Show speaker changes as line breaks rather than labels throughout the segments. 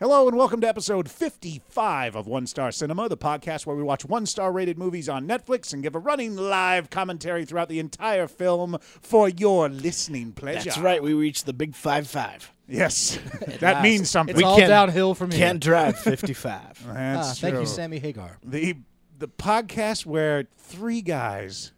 Hello and welcome to episode 55 of One Star Cinema, the podcast where we watch one star rated movies on Netflix and give a running live commentary throughout the entire film for your listening pleasure.
That's right. We reached the big five five.
Yes, that
last.
means something.
It's all
can't-
downhill from here.
Can't drive fifty five.
Ah,
That's
thank you,
true.
Sammy Hagar.
The the podcast where three guys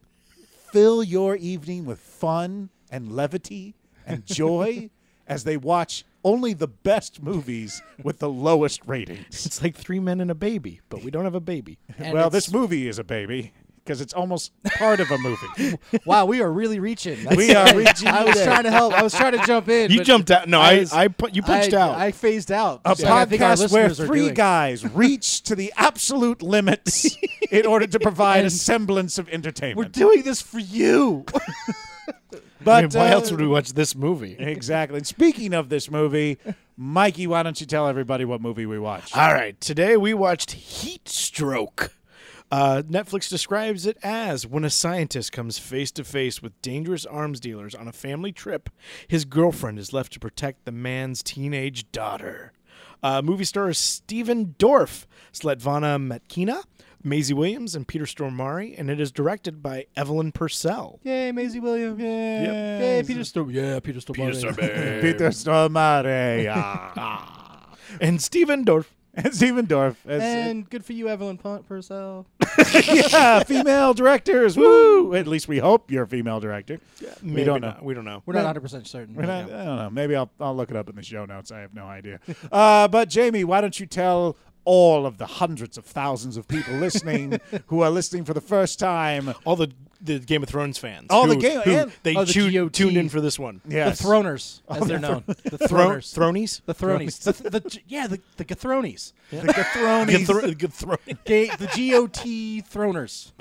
fill your evening with fun and levity and joy as they watch only the best movies with the lowest ratings.
It's like three men and a baby, but we don't have a baby.
And
well,
it's-
this movie is a baby because it's almost part of a movie.
wow, we are really reaching. That's-
We are reaching
I was
today.
trying to help. I was trying to jump in.
You
but
jumped out. No, I,
was-
I, put you punched
I-
out.
I phased out.
A
So I think our
podcast where
listeners are
three
doing.
guys reach to the absolute limits in order to provide a semblance of
We're
entertainment.
doing this for you.
I
But
mean, why
uh,
else would we watch this movie?
Exactly. And speaking of this movie, Mikey, why don't you tell everybody what movie we watched?
All right, today we watched Heat Stroke. Uh, Netflix describes it as when a scientist comes face to face with dangerous arms dealers on a family trip, his girlfriend is left to protect the man's teenage daughter. Uh, movie stars Steven Dorff, Sletvana Metkina, Maisie Williams, and Peter Stormare, and it is directed by Evelyn Purcell.
Yay, Maisie Williams.
Yay.
Yay, Peter Storm. Yeah, Peter Storm.
Peter Stormare. ah.
and Steven Dorff.
and Steven Dorff. as-
And good for you, Evelyn Pun- Purcell.
yeah, female directors. Woo! At least we hope you're a female director. we
Maybe
don't know.
not. We don't know.
We're not 100 percent certain.
We're
right
not-
now.
I don't know. Maybe I'll, I'll look it up in the show notes. I have no idea. Uh, but, Jamie, why don't you tell all of the hundreds of thousands of people listening who are listening for the first time?
All the, the Game of Thrones fans.
All the
who-
Game-
who-
and-
they
Oh, the
tu-
GOT.
tuned in for this one.
uh, Yes.
The Throners, as they're known. The
Thro-
Throners.
Thronies?
The Thronies. The, the, yeah, the, the Gathronis.
The Gathronis.
Gathro- Gathro-
Ga- the GOT Throners.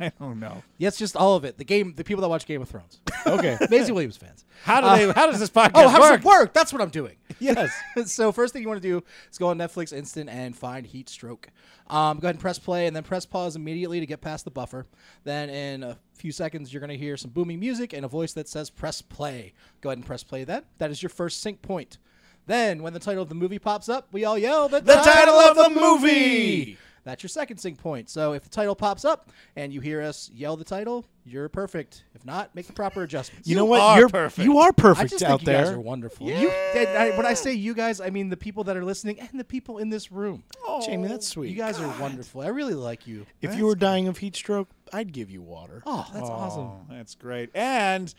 I don't know.
Yes, just all of it. The game, the people that watch Game of Thrones,
okay.
Maisie Williams fans.
How do they? How does this podcast
Oh, how does
work?
it work? That's what I'm doing.
Yes.
so first thing you want to do is go on Netflix Instant and find Heat Stroke. Um, go ahead and press play, and then press pause immediately to get past the buffer. Then in a few seconds, you're going to hear some booming music and a voice that says "Press play." Go ahead and press play. Then that is your first sync point. Then, when the title of the movie pops up, we all yell the,
title of the movie!
That's your second sync point. So, if the title pops up and you hear us yell the title, you're perfect. If not, make the proper adjustments.
You know what?
are
You're
perfect.
You are
I
perfect
just
out
think you
there.
guys are wonderful. You, I, I- when I say you guys, I mean the people that are listening and the people in this room.
Jamie, that's sweet.
you guys are wonderful. I really like you.
if you were dying of heat stroke, I'd give you water.
Oh, that's awesome.
Oh, that's great. And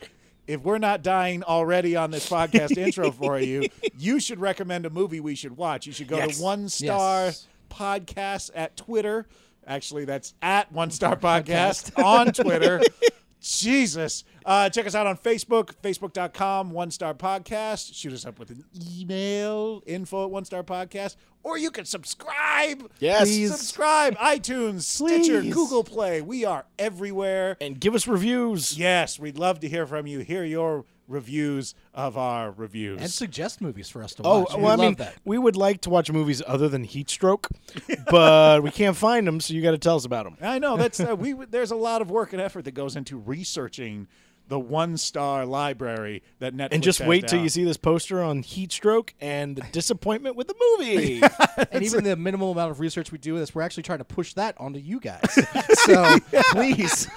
if we're not dying already on this podcast intro for you, you should recommend a movie we should watch. You should go
Yes.
to One Star
Yes.
Podcast at Twitter. Actually, that's at One Star Podcast on Twitter. Jesus. Uh, check us out on Facebook, facebook.com, One Star Podcast. Shoot us up with an email, info at One Star Podcast. Or you can subscribe.
Yes.
Please. Subscribe, iTunes, Stitcher,
Please.
Google Play. We are everywhere.
And give us reviews.
Yes, we'd love to hear from you. Hear your reviews of our reviews.
And suggest movies for us to
Oh,
watch. we
well, I
love
mean,
that.
we would like to watch movies other than heat stroke, but we can't find them, so you got to tell us about them.
I know that's uh, we. There's a lot of work and effort that goes into researching the one star library that Netflix.
And just
has
wait till
down.
you see this poster on heat stroke and the disappointment with the movie.
And even the minimal amount of research we do with this, we're actually trying to push that onto you guys. so please.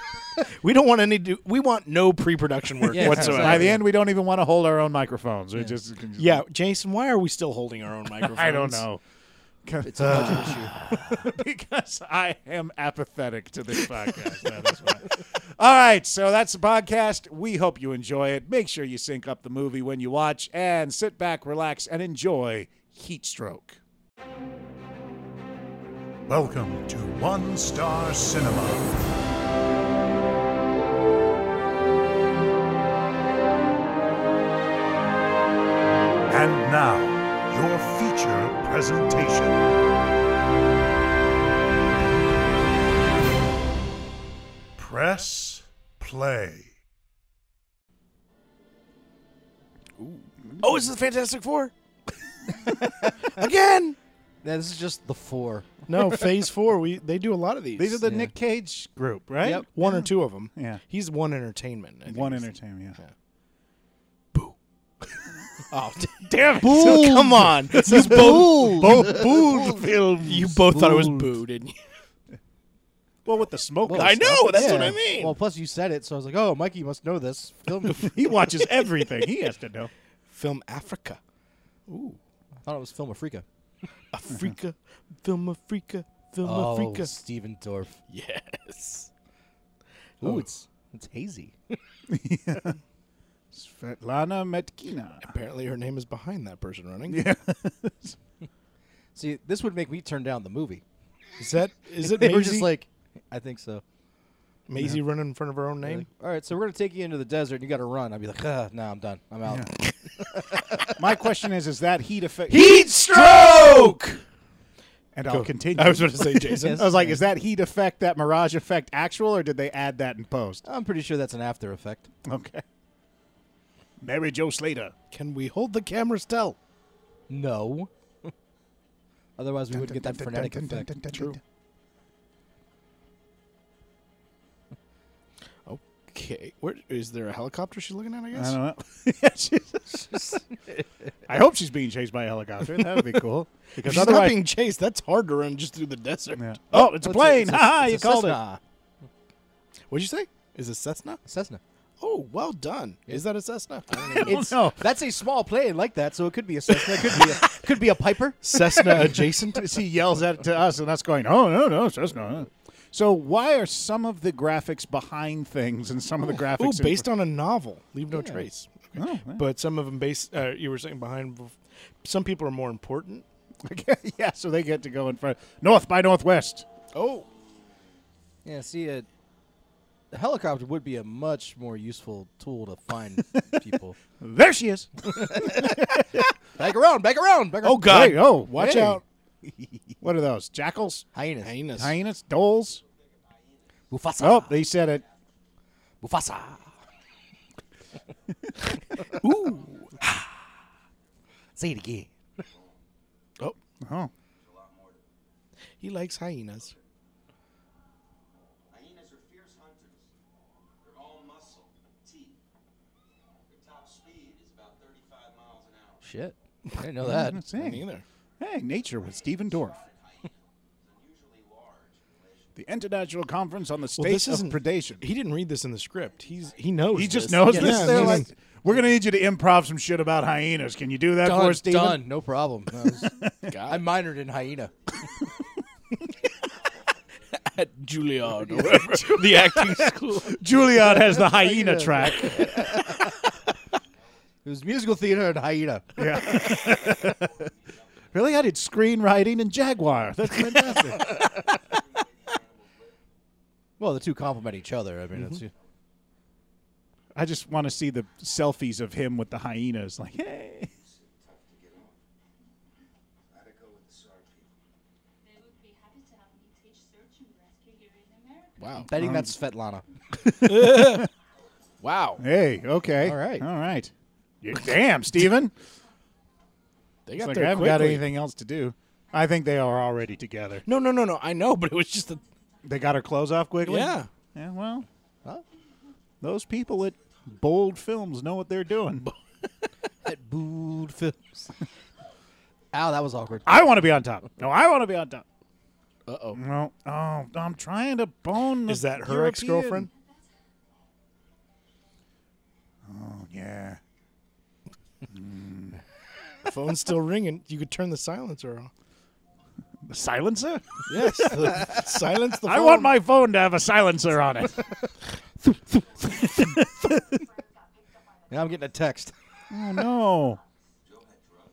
we don't want any. Do- we want no pre-production work
Yeah,
whatsoever.
By the end, we don't even want to hold our own microphones. We just
Yeah, Jason, why are we still holding our own microphones?
I don't know.
It's a
Uh,
budget issue.
because I am apathetic to this podcast. That is why. All right, so that's the podcast. We hope you enjoy it. Make sure you sync up the movie when you watch and sit back, relax, and enjoy Heat Stroke.
Welcome to One Star Cinema. And now, your feature presentation. Press play.
Oh, is this Fantastic Four? Again?
Yeah, this is just the four.
No, Phase Four. We they do a lot of these.
These are the Nick Cage group, right?
Yep.
one or two of them.
Yeah.
he's one entertainment. I think
One
it's-
entertainment, yeah.
Oh,
Damn it.
so come on. You both, both,
Bold film.
you both thought it was
Booed.
boo, didn't you?
Well, with the smoke.
Well,
and
I
stuff.
know. That's what
Yeah.
I mean.
Well, plus you said it, so I was like, oh, Mikey must know this. Film. I
He watches everything. He has to know.
Film Africa.
thought it was Film Africa.
Africa. Film Africa. Film
Oh,
Africa.
Steven Dorff. Oh,
Yes.
Ooh, it's it's hazy.
Svetlana Metkina.
Apparently her name is behind that person running.
Yeah.
See, this would make me turn down the movie.
Is that is it
They
Maisie,
were just like, I think so.
Maisie running in front of her own
They're
name?
like, All right, so we're gonna take you into the desert. and You got to run. I'd be like, ah, nah, I'm done. I'm out.
My question is: Is that heat effect?
Heat stroke.
and I'll continue.
I was going to say Jason.
I was like, is that heat effect, that mirage effect, actual, or did they add that in post?
I'm pretty sure that's an after effect.
Okay. Mary Joe Slater.
Can we hold the camera still?
No. Otherwise, we wouldn't get that frenetic effect.
True.
Okay. Where is there a helicopter she's looking at? I
I
guess.
don't know. Yeah, she's- I hope she's being chased by a helicopter. That would be cool.
If
Because
she's not
otherwise,
being chased. That's hard to run just through the desert.
Yeah. oh, it's a plane! Ha ha!
it's
You
a
called it.
Cessna.
What'd you say? Is it Cessna?
Cessna.
Oh, well done. Is that a Cessna?
It's,
know.
That's a small plane like that, so it could be a Cessna. It could be a, could be a Piper.
Cessna adjacent.
She yells at to us, and that's going. Oh no, no, it's just not. So why are some of the graphics behind things and some of the
Ooh,
graphics in-
based on a novel. Leave no trace.
Oh, yeah.
But some of them based. Uh, you were saying behind. Some people are more important.
Okay, yeah, so they get to go in front. North by Northwest.
Oh,
Yeah, see, a, a helicopter would be a much more useful tool to find people.
There she is.
Back around, back around, back around.
Oh, God.
Hey, oh, watch
Hey.
out. What are those? Jackals?
hyenas.
hyenas.
Hyenas? Doles?
Mufasa.
Ah.
Oh, they said it.
Mufasa.
Ooh.
Say it again.
Oh,
Oh.
he likes hyenas.
Hyenas are fierce hunters. They're all muscle, teeth. Their top speed is about 35 miles an hour.
Shit, I didn't know that.
Me
Hey,
either.
hey, nature with Stephen Dorff.
It's unusually large in relation
The International Conference on the State
Well, this
of
isn't
Predation.
He didn't read this in the script. He's he knows.
He just
this.
knows
Yeah,
this.
yeah,
They're
he's-
like, we're going to need you to improv some shit about hyenas. Can you do that for
Done,
us, Stephen?
done. No problem. I, was- I minored in hyena.
at Juilliard, or whatever, the acting school.
Juilliard has the hyena track.
It was musical theater and hyena.
really? I did screenwriting and Jaguar. That's fantastic.
Well, the two complement each other. I mean, it's,
I just want to see the selfies of him with the hyenas. Like, hey.
tough to get off. I'd go with the SAR people.
They would be happy to have me teach search and rescue here in America.
Wow.
I'm betting that's Svetlana.
Wow.
Hey, okay.
All right.
All right. You- Damn, Steven.
They
It's
got
like, I
there
haven't got
quickly.
anything else to do. I think they are already together.
No, no, no, no. I know, but it was just a
They got her clothes off quickly?
Yeah.
Yeah, well,
Huh?
those people at Bold Films know what they're doing.
At Bood Films. Ow, that was awkward.
I want to be on top. No, I want to be on top.
Uh oh.
No. Oh, I'm trying to bone. the
Is that her
European-
ex-girlfriend?
Oh, yeah.
Phone's still ringing. You could turn the silencer off.
The silencer?
Yes. the- silence the phone.
I want my phone to have a silencer on it.
Now I'm getting a text.
oh, no.
Joe had drugs.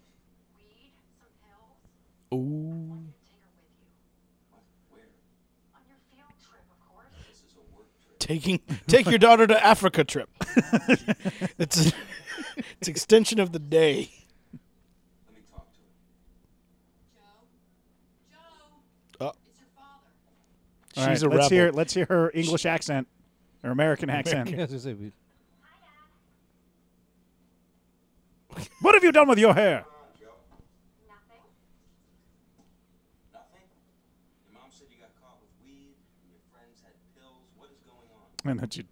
Weed, some pills,
Ooh.
take her with you.
What? Where?
On your field trip, of course.
This is a work trip.
Taking take your daughter to Africa trip. it's it's extension of the day.
Let me talk to her.
Joe? Joe?
Uh.
It's your father.
All
She's
right,
a
let's
rebel.
Hear, let's hear her English accent or American accent.
I was gonna say, we-
What have you done with your hair?
Come on, Joe.
Nothing?
Nothing? Your mom said you got caught with weed, and your friends had pills. What is going on?
and that you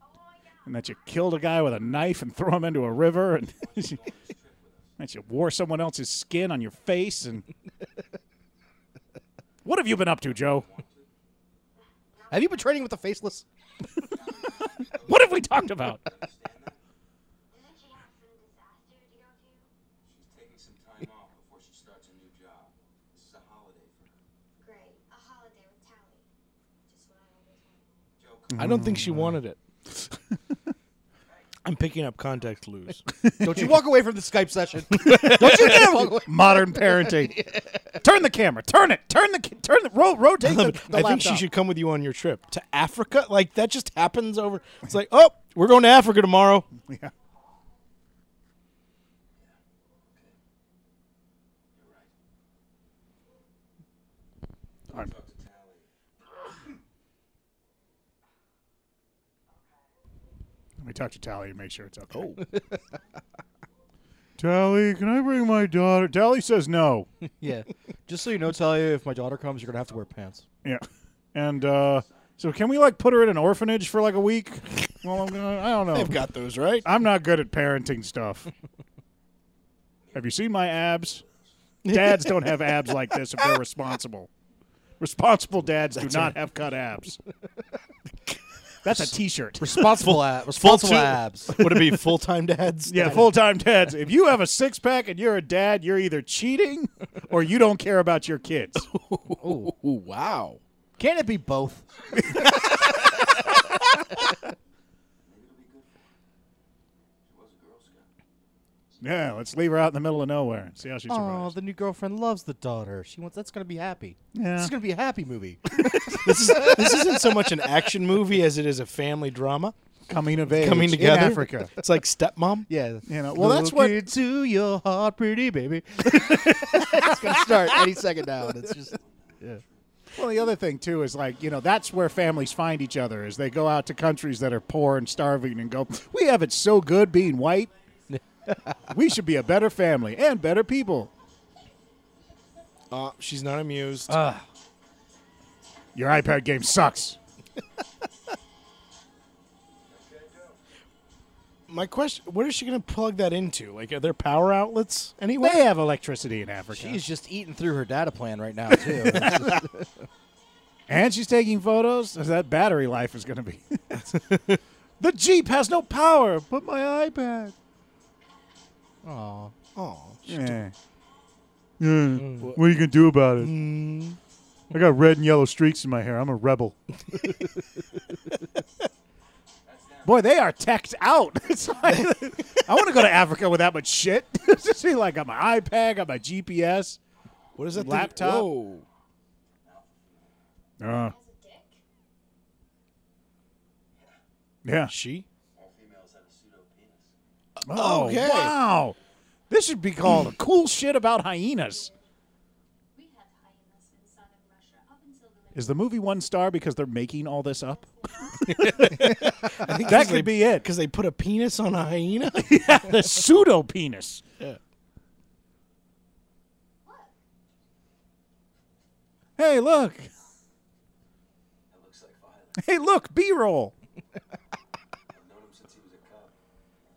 and that you killed a guy with a knife and threw him into a river and That you wore someone else's skin on your face and. what have you been up to, Joe?
Have you been training with the faceless?
What have we talked about?
Isn't she have some disaster to go to?
She's taking some time off before she starts a new job. This is a holiday for her.
Great. A holiday with Tally. Just what I always wanted.
Joe, come
I don't think she wanted it. I'm picking up contact clues.
Don't you walk away from the Skype session. Don't you dare walk away.
Modern parenting. turn the camera. Turn it. Turn the. ca- Turn the. Ro- rotate the, the
I
laptop.
think she should come with you on your trip to Africa. Like that just happens over. It's like, oh, we're going to Africa tomorrow.
Yeah.
talk to Tally.
Let me talk to Tally and make sure it's okay. Oh. Tally, can I bring my daughter? Tally says no.
Yeah. Just so you know, Talia, if my daughter comes, you're gonna have to wear pants.
Yeah. And uh, so can we like put her in an orphanage for like a week? Well, I'm gonna, I don't know.
They've got those right.
I'm not good at parenting stuff. have you seen my abs? Dads don't have abs like this if they're responsible. Responsible dads do not have cut abs. That's a t-shirt.
Responsible abs. Responsible abs.
Would it be full time dads?
Yeah, full time dads. If you have a six pack and you're a dad, you're either cheating or you don't care about your kids.
Ooh, wow.
Can it be both?
Maybe it'll be good for her. She was a Girl Scout.
Yeah, let's leave her out in the middle of nowhere and see how she
Oh,
survives.
the new girlfriend loves the daughter. She wants. That's gonna be happy.
Yeah.
This is gonna be a happy movie.
This, is, this isn't so much an action movie as it is a family drama
coming of age
coming together.
in Africa.
It's like stepmom.
yeah.
You know, well, that's what-
to your heart, pretty baby. it's gonna start any second now. and It's just. Yeah.
Well, the other thing too is like you know that's where families find each other is they go out to countries that are poor and starving and go, we have it so good being white. we should be a better family and better people.
Uh, she's not amused.
Your iPad game sucks.
My question: What is she going to plug that into? Like, are there power outlets
They
anywhere?
have electricity in Africa,
She's just eating through her data plan right now too. It's just-
and she's taking photos. So that battery life is going to be. the Jeep has no power, but my iPad.
Aw.
Oh,
Yeah. What are you gonna do about it? I got red and yellow streaks in my hair. I'm a rebel. Boy, they are teched out. It's like, I want to go to Africa with that much shit. Just see, like, got my iPad, got my GPS.
what is that thing-
Laptop?
Whoa.
Uh,
Has a dick?
yeah.
She?
All females have a pseudo penis.
Oh,
Okay.
wow. This should be called cool shit about hyenas.
We had hyenas in southern Russia up until the
Is the movie one star because they're making all this up?
I think
That could be it.
because they put a penis on a hyena.
the pseudo penis.
Look,
Hey, look.
That looks like Violet.
Hey, look. B roll.
I've known him since he was a cub.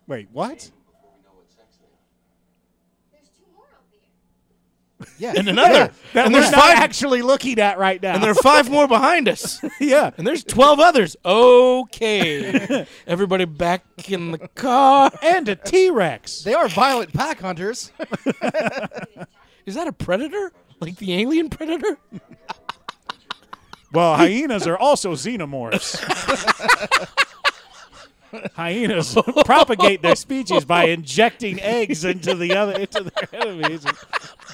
Wait, what?
Before we know what sex they are.
there's two more over here.
Yeah.
and another.
That
and
we're
there's
not
five.
actually looking at right now.
and there are five more behind us.
yeah.
And there's twelve others. Okay, everybody back in the car.
And a T Rex.
They are violent pack hunters.
Is that a predator? Like the alien predator?
Well, hyenas are also xenomorphs. hyenas propagate their species by injecting eggs into the other into their enemies and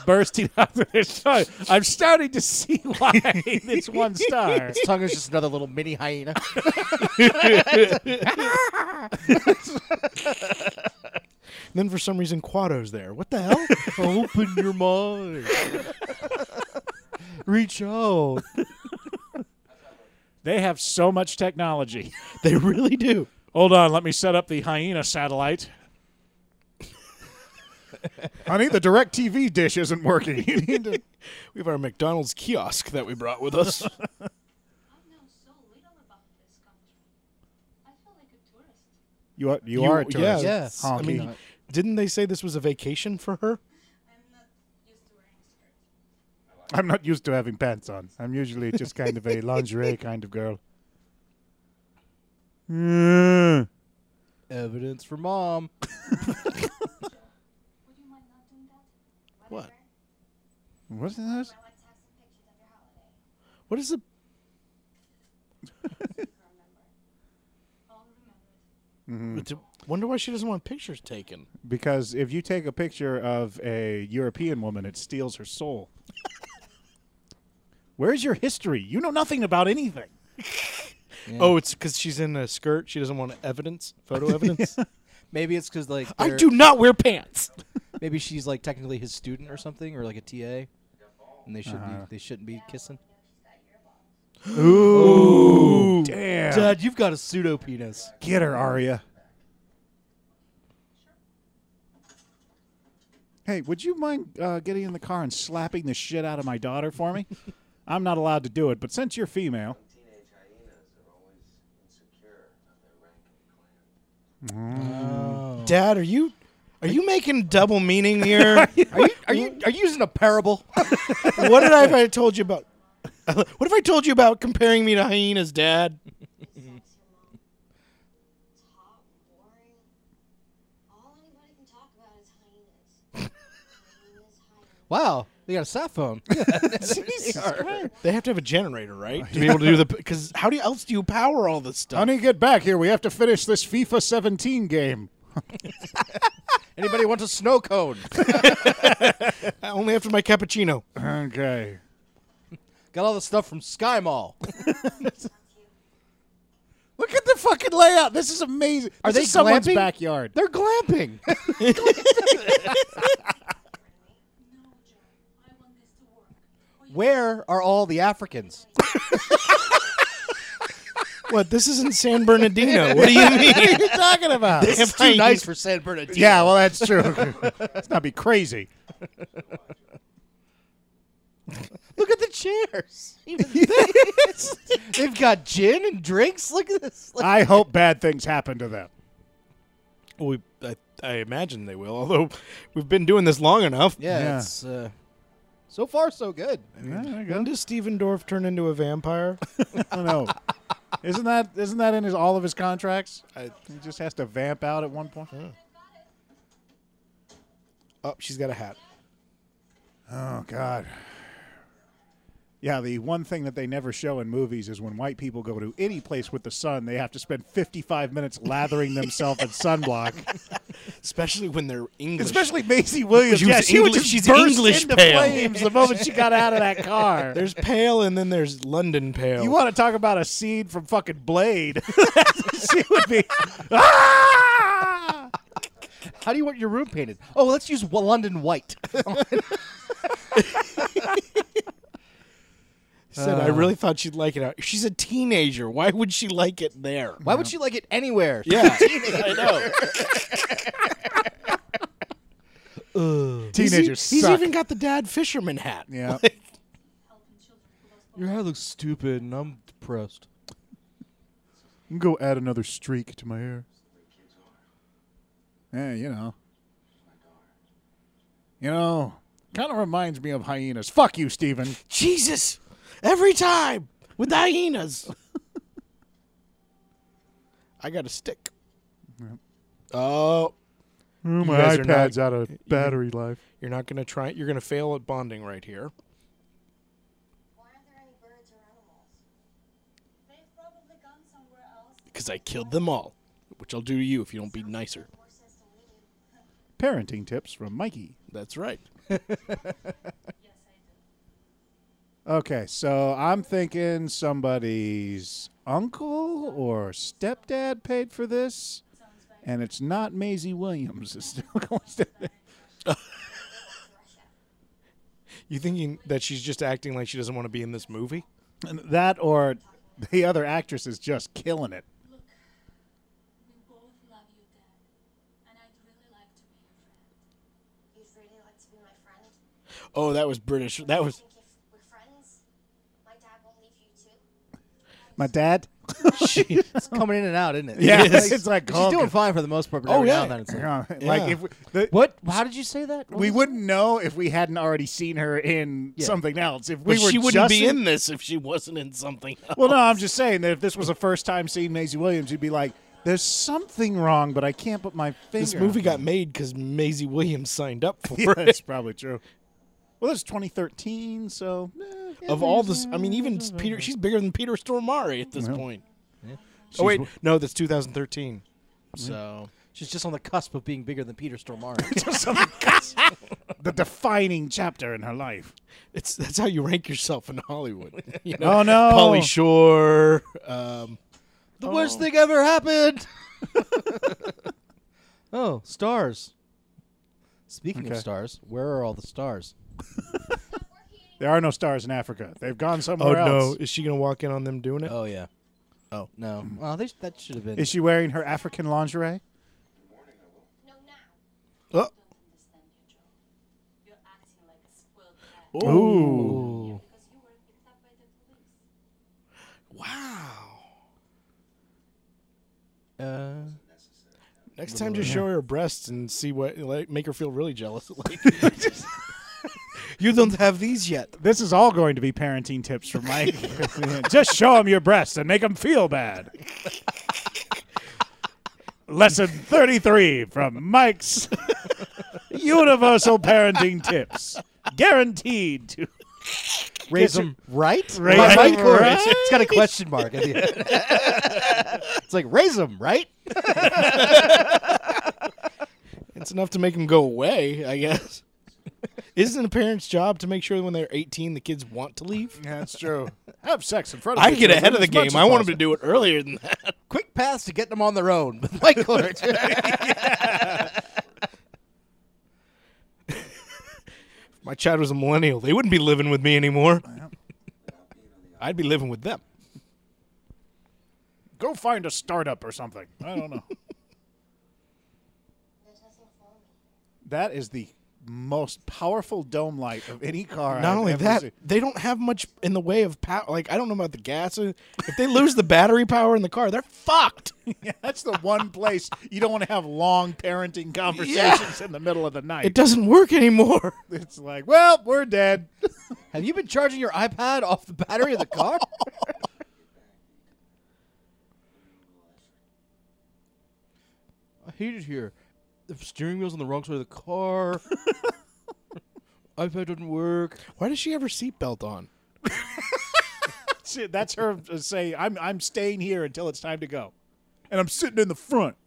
bursting out of their stomach. I'm starting to see why it's one star.
Its tongue is just another little mini hyena.
And then for some reason, Quado's there. What the hell?
Open your mind. Reach out.
They have so much technology.
they really do.
Hold on, let me set up the hyena satellite. Honey, the direct TV dish isn't working. You need to
We have our McDonald's kiosk that we brought with us.
I know so little about this country. I feel like a tourist.
You are, you, are a tourist.
Yeah, it's- I
Honky.
mean, Didn't they say this was a vacation for her?
I'm not used to wearing skirts.
I'm not used to having pants on. I'm usually just kind of a lingerie kind of girl.
Evidence for mom.
Would you mind not doing that?
What?
Whatever.
What's that?
Well, let's have some pictures of your holiday.
What is the
Remember. I'll remember it.
Hmm. Wonder why she doesn't want pictures taken.
Because if you take a picture of a European woman, it steals her soul. Where's your history? You know nothing about anything.
Oh, it's because she's in a skirt. She doesn't want evidence, photo evidence.
Maybe it's because like
I
they're-
do not wear pants.
Maybe she's like technically his student or something, or like a TA, and they should
Uh-huh.
be they shouldn't be kissing.
Ooh. Damn.
Dad, you've got a pseudo penis.
Get her, Arya. Hey, would you mind uh, getting in the car and slapping the shit out of my daughter for me? I'm not allowed to do it, but since you're female,
Teenage hyenas are always insecure of their rank and clan.
Oh.
Dad, are you are you making double meaning here? are you,
Are you are you using a parable?
what did I, if I told you about? What if I told you about comparing me to hyenas, Dad?
hot and boring. All anybody can talk about is hyenas. hyenas, hyenas.
wow, they got a sat phone.
They have to have a generator, right, to be able to do the. Because how do you, else do you power all this stuff?
honey, get back here. We have to finish this FIFA 17 game.
Anybody want a snow cone?
Uh, Only after my cappuccino.
Okay.
got all the stuff from Sky Mall.
Look at the fucking layout. This is amazing. Are
they
this is someone's
glamping?
backyard?
They're glamping.
No, John. I want this to work. Or you
Where are all the Africans?
What? This isn't San Bernardino. What do you mean?
What are you talking about?
It's too nice for San Bernardino.
yeah, well, that's true. Let's not be crazy.
Look at the chairs. They've got gin and drinks. Look at this. Like,
I hope bad things happen to them.
We, I, I imagine they will. Although we've been doing this long enough.
yeah,
Yeah.
it's uh, so far so good.
Yeah, there you go.
When does Steven Dorff turn into a vampire?
I don't know. Isn't that isn't that in his all of his contracts? I, he just has to vamp out at one point.
oh, she's got a hat.
Oh God. Yeah, the one thing that they never show in movies is when white people go to any place with the sun, they have to spend 55 minutes lathering themselves in sunblock.
Especially when they're English.
Especially Macy Williams.
She was
Yeah, she would
English-
just
she's
burst
English
into
pale.
flames the moment she got out of that car.
there's pale and then there's London pale.
You want to talk about a seed from fucking Blade? she would be. Ah!
How do you want your room painted? Oh, let's use wa- London white.
said I really thought she'd like it out. She's a teenager. Why would she like it there?
Why would she like it anywhere?
Yeah, I know. He's e-
Teenagers
He's
suck.
even got the dad fisherman hat.
Yeah.
helping children who lost
Your hair looks stupid, and I'm depressed.
can go add another streak to my hair. Yeah, you know. You know, kind of reminds me of hyenas. Fuck you, Steven.
Jesus, every time with the hyenas. I got a stick. Oh, my iPad's
out of battery life.
you're not gonna try. You're gonna fail at bonding right here.
Why aren't there any birds or animals?
it. They've probably gone somewhere else.
Because I killed them all, which I'll do to you if you don't be nicer.
More sense to me.
Parenting tips from Mikey.
That's right.
Yes, I do.
Okay, so I'm thinking somebody's uncle or stepdad paid for this, and it's not Maisie Williams. It's still going stepdad.
You thinking that she's just acting like she doesn't want to be in this movie?
And That or the other actress is just killing it.
Look, we both love you, Dad. And I'd really like to be your friend.
You'd really like to be my friend?
Oh, that was British. That was
Think if we're friends, my dad won't leave you too?
My dad.
it's coming in and out, isn't it?
Yeah, it's like
she's doing
Hulk.
fine for the most part. But
Oh
every now
yeah,
and then it's like,
Yeah, like
Yeah.
if we, the,
what? How did you say that? What
we
was-
wouldn't know if we hadn't already seen her in
Yeah.
something else. If we
But
were
she wouldn't
just
be in this if she wasn't in something. Else.
Well, no, I'm just saying that if this was a first time seeing Maisie Williams, you'd be like, "There's something wrong, but I can't put my finger."
This movie
on
got
it."
made because Maisie Williams signed up for
Yeah,
it.
that's probably true. Well, that's 2013, so eh,
Of all this, I mean, even Peter, she's bigger than Peter Stormare at this point. Oh wait, no, that's 2013. So
She's just on the cusp of being bigger than Peter Stormare.
the defining chapter in her life.
it's that's how you rank yourself in Hollywood. You know,
Oh no,
Polly Shore. Um,
the worst thing ever happened. oh, stars. Speaking of
Okay.
stars, where are all the stars?
There are no stars in Africa. They've gone somewhere else.
Oh, is she gonna walk in on them doing it?
Oh yeah. Oh no. Well, they, that should have been.
Is she wearing her African lingerie?
No, now.
Oh.
Don't understand your job. You're acting like a spoiled brat
Ooh.
because you were picked up by the police.
Wow.
uh,
Next time, just show her her breasts and see what like, make her feel really jealous. Like, you don't have these yet.
This is all going to be parenting tips from Mike. Just show them your breasts and make them feel bad. Lesson 33 from Mike's Universal Parenting Tips. Guaranteed to
raise
Get
them right.
Raise
By
'em
Mike Horowitz.
right.
It's got a question mark at the end. it's like raise them right.
It's enough to make them go away, I guess. Isn't a parent's job to make sure when they're 18 the kids want to leave?
That's true. Have sex in front of
I
your
get
children
ahead of the
as much
game.
as
I want them to
possible.
do it earlier than that.
Quick paths to get them on their own. with Mike Horowitz.
If my child was a millennial, they wouldn't be living with me anymore. I'd be living with them.
Go find a startup or something. I don't know.
There's nothing for me.
that is the most powerful dome light of any car.
Not
I've
only
ever
that,
seen.
they don't have much in the way of power. Like I don't know about the gas. If they lose the battery power in the car, they're fucked.
Yeah, that's the one place you don't want to have long parenting conversations in the middle of the night.
It doesn't work anymore.
It's like, well, we're dead.
Have you been charging your iPad off the battery of the car? I hate it here. The steering wheel's on the wrong side of the car. iPad doesn't work.
Why does she have her seatbelt on?
Shit, That's her uh, say. I'm I'm staying here until it's time to go, and I'm sitting in the front.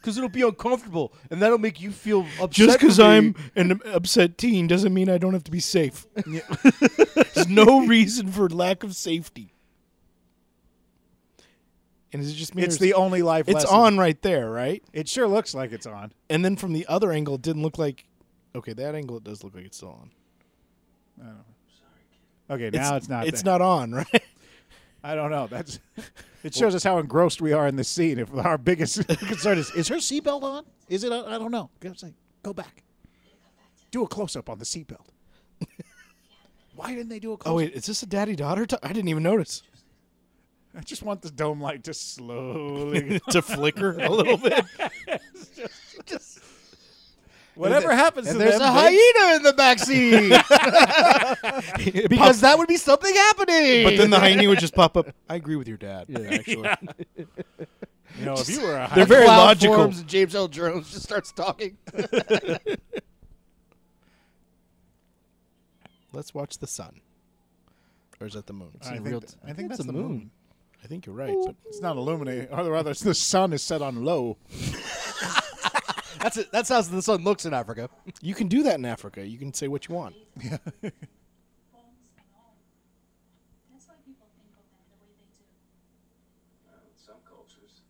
Because it'll be uncomfortable, and that'll make you feel upset.
Just because
for me.
I'm an upset teen doesn't mean I don't have to be safe. There's no reason for lack of safety. And is it just me? or
It's
is-
the only life.
It's
lesson.
on right there, right?
It sure looks like it's on.
And then from the other angle, it didn't look like. Okay, that angle it does look like it's still on.
Okay, now it's, not.
It's
there.
not on, right?
I don't know. That's. It shows us how engrossed we are in this scene. If our biggest concern is, is her seatbelt on? Is it? On? I don't know. It's like, go back. Do a close up on the seatbelt. Why didn't they do a close?
Oh wait, is this a daddy daughter? I I didn't even notice
I just want the dome light to slowly
to flicker a little bit.
Whatever happens
And
to
there's
them,
a
they-
hyena in the backseat because that would be something happening.
but then the hyena would just pop up. I agree with your dad. actually,
You know, if you were a hyena,
they're very
Cloud
logical.
Forms and James L. Jones just starts talking.
Let's watch the sun, or is that the moon?
I think,
real-
th-
I
I think
think
that's
it's
the
a
moon.
moon.
I think you're right. But
It's not illuminated, or rather, it's the sun is set on low.
That's it. That's how the sun looks in Africa.
you can do that in Africa. You can say what you want.
Bombs and all. That's why people think of them the way they do.
Well, in some cultures,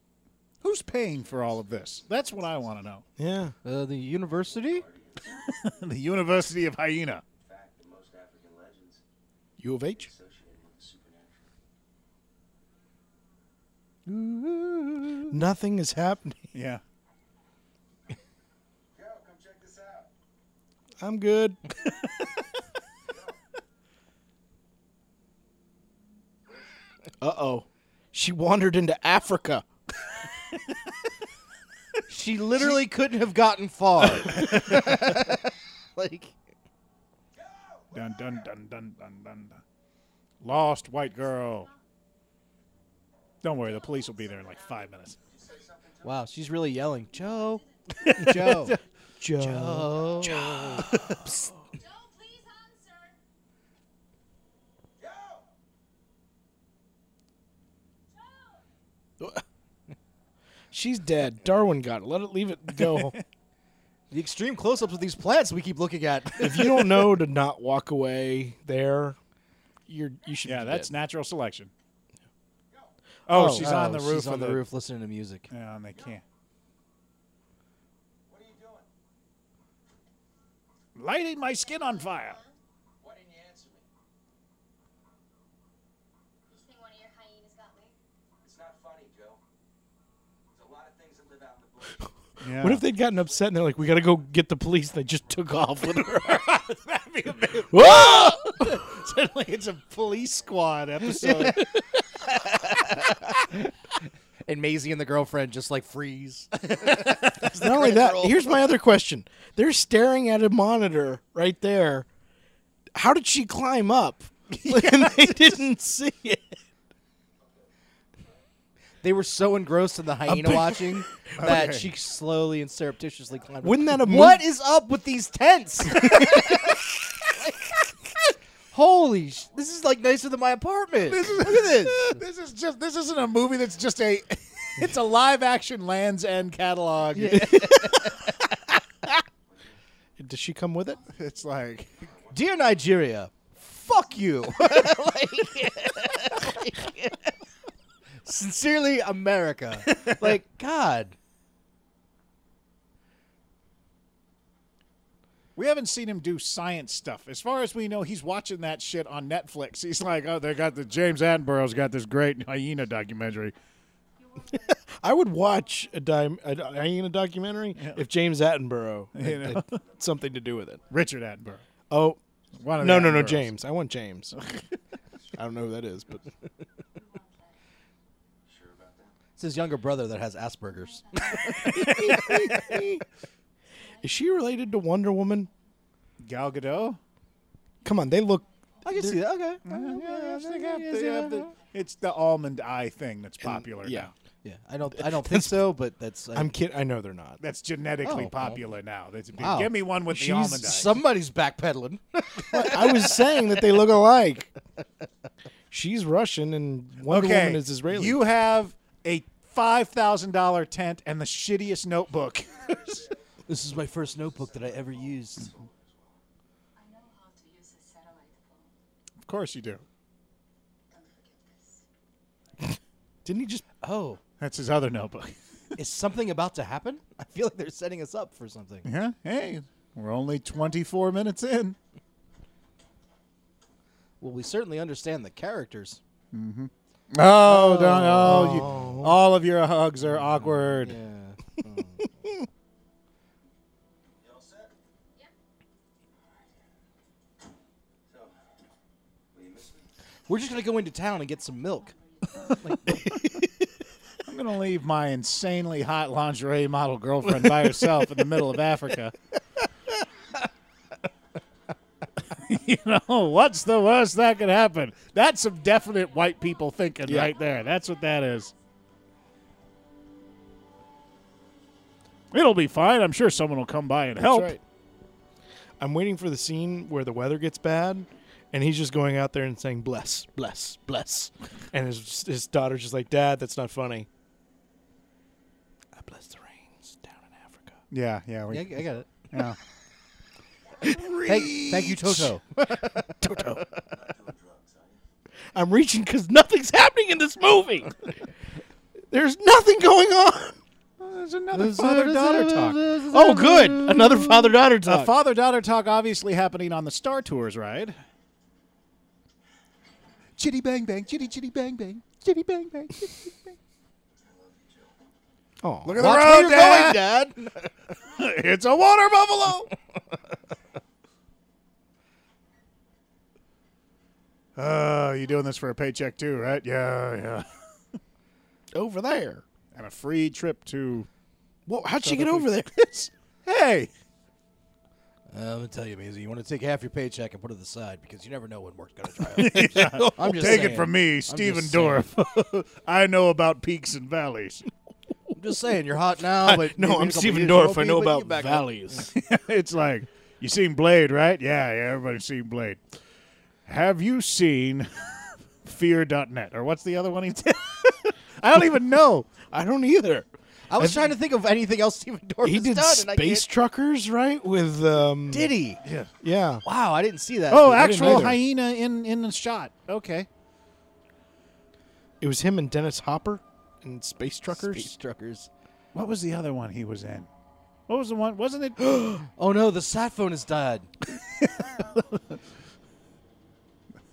Who's paying for all of this? That's what I want to know.
Yeah.
Uh, the university.
the University of Hyena.
in fact, the most African legends
U of H.
associated with the supernatural.
Nothing is happening.
Yeah.
Yo, come check this out.
I'm good. uh oh. She wandered into Africa.
She literally couldn't have gotten far. like
Dun dun dun dun dun dun. dun. Lost white girl. Don't worry, the police will be there in like five minutes.
wow, she's really yelling, Joe, Joe,
Joe.
Joe.
Joe, please answer. Joe!
She's dead. Darwin got it. Let it leave it go.
The extreme close-ups of these plants we keep looking at.
if you don't know to not walk away there, you're you should.
Yeah,
be
that's
dead.
natural selection. Oh,
Oh,
she's on the
Oh,
roof.
She's
of
on the roof listening to music.
Yeah, and they can't.
What are you doing?
Lighting my skin on fire.
Why didn't you answer me?
You think one of your hyenas got me?
It's not funny, Joe. There's a lot of things that live out in the bush.
Yeah.
What if they'd gotten upset and they're like, "We got to go get the police"? And they just took off with her. Whoa!
suddenly it's a police squad episode?
And Maisie and the girlfriend just like freeze.
Not only that. Here's my other question: They're staring at a monitor right there. How did she climb up? and they didn't see it.
they were so engrossed in the hyena
bit-
watching that she slowly and surreptitiously climbed. up.
Wouldn't that have
What
moved-
is up with these tents? Holy! Sh- this is like nicer than my apartment. Look at this.
this is just this isn't a movie that's just a it's a live action Land's End catalog.
Does she come with it?
It's like
Dear Nigeria, fuck you. Sincerely, America. Like, God.
we haven't seen him do science stuff. As far as we know, he's watching that shit on Netflix. He's like, oh, they got the James Attenborough's got this great hyena documentary.
I would watch a, dime, a hyena documentary if James Attenborough had,
You know?
had something to do with it.
Richard Attenborough.
Oh,
One of the
no, no, no,
Attenboroughs.
James. I want James. I don't know who that is, but
Sure about that?
It's his younger brother that has Asperger's.
is she related to Wonder Woman?
Gal Gadot.
Come on, they look.
I can see that. Okay.
It's the almond eye thing that's popular
yeah.
now.
Yeah, I don't. I don't think so, but that's. I,
I'm kidding. I know they're not.
That's genetically
Oh, well.
popular now. That's,
Wow.
Give me one with the
She's
almond eye.
somebody's backpedaling.
I was saying that they look alike. She's Russian and Wonder
okay,
Woman is Israeli.
You have a five thousand dollar tent and the shittiest notebook.
this is my first notebook that I ever used.
I know how to use a satellite phone.
of course you do.
Don't forget this.
didn't he just?
Oh,
That's his other notebook.
is something about to happen? I feel like they're setting us up for something.
Yeah. Hey, we're only twenty four minutes in.
Well, we certainly understand the characters.
Oh, don't oh, you, all of your hugs are awkward.
Yeah. Hmm.
You all set?
Yeah.
So, will you miss me?
We're just gonna go into town and get some milk.
I'm gonna leave my insanely hot lingerie model girlfriend by herself in the middle of Africa. you know what's the worst that could happen? That's some definite white people thinking
Yeah.
right there. That's what that is. It'll be fine. I'm sure someone will come by and help.
That's right. I'm waiting for the scene where the weather gets bad, and he's just going out there and saying "bless, bless, bless," and his his daughter's just like, "Dad, that's not funny." I bless the rains down in Africa.
Yeah, yeah, we,
Yeah, I got it.
yeah.
Thank, thank you, Toto.
I'm reaching because nothing's happening in this movie. There's nothing going on.
There's another father-daughter talk.
Oh, good, another father-daughter
A
talk.
father-daughter talk obviously happening on the Star Tours ride.
Chitty bang bang, chitty chitty bang bang, chitty bang bang.
Oh,
Look at
Watch where you're going, Dad.
It's a water buffalo. Uh, you doing this for a paycheck too, right? Yeah, yeah.
over there.
and a free trip to.
Whoa, how'd she get over there?
hey,
Uh, I'm gonna tell you, Maisie, you want to take half your paycheck and put it aside because you never know when work's gonna try. out. I'm just
take
saying.
it from me,
just
Stephen
saying.
Dorff. I know about peaks and valleys.
I'm just saying, you're hot now, but
no,
maybe in a
I'm
couple
Stephen
years you won't
Dorff. I
be,
know
but you
about
back up.
valleys.
it's like you seen Blade, right? Yeah, yeah. Everybody's seen Blade. Have you seen Fear.net or what's the other one he did? I don't even know.
I don't either.
I was trying to think of anything else Stephen Dorff
He
has
did
done, and I
Space
can't-
Truckers, right? With um,
Did he?
yeah.
Wow, I didn't see that.
Oh,
I didn't
actual
either.
hyena in in the shot. Okay.
It was him and Dennis Hopper and Space Truckers.
Space truckers.
What was the other one he was in? What was the one? Wasn't it?
Oh no, the sat phone has died.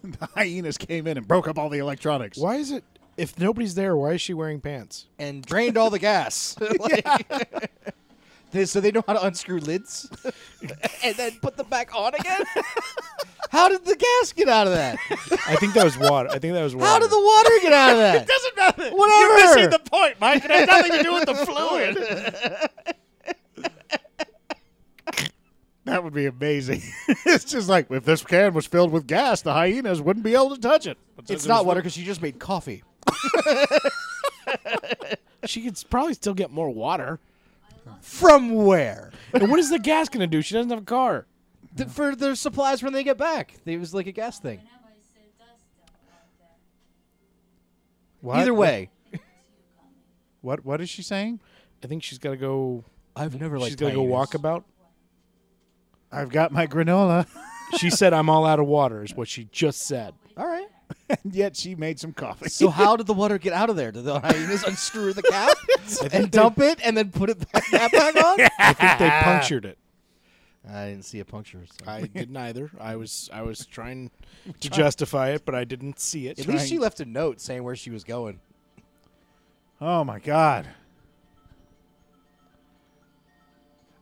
the hyenas came in and broke up all the electronics.
Why is it? If nobody's there, why is she wearing pants?
and drained all the gas. Like- They- so they know how to unscrew lids and then put them back on again. how did the gas get out of that?
I think that was water. I think that was water.
How did the water get out of that?
Doesn't matter.
Whatever.
You're missing the point, Mike. It has nothing to do with the fluid. that would be amazing. it's just like if this can was filled with gas, the hyenas wouldn't be able to touch it. But since
it's
it
not
was-
water because you just made coffee.
she could s- probably still get more water.
From where?
and what is the gas gonna do? She doesn't have a car.
Th- For their supplies when they get back. It was like a gas thing.
Whenever I say dust down out there,
What?
Either way,
what what is she saying?
I think she's gotta go.
I've never
she's gotta go walk about.
I've got my granola,
she said, "I'm all out of water," is what she just said.
All right.
and yet she made some coffee.
So how did the water get out of there? Did the hyenas unscrew the cap and dump it and then put it back, that back on?
I think they punctured it.
I didn't see a puncture. so-
I didn't either. I was I was trying to justify it, but I didn't see it.
At least she left a note saying where she was going.
oh my god.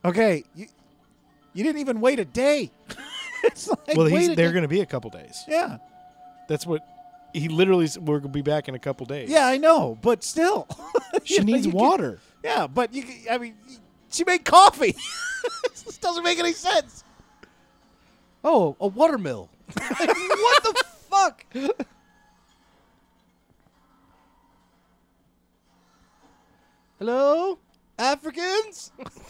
Okay, you, you didn't even wait a day. it's like
well,
wait
he's,
a
they're
day.
going to be a couple days.
yeah.
That's what he literally. s- We're going to be back in a couple days.
Yeah, I know, but still,
she
You know,
needs
you can-
water.
yeah, but you, can- I mean, she made coffee. this doesn't make any sense.
Oh, a watermill. like, what the fuck? Hello, Africans.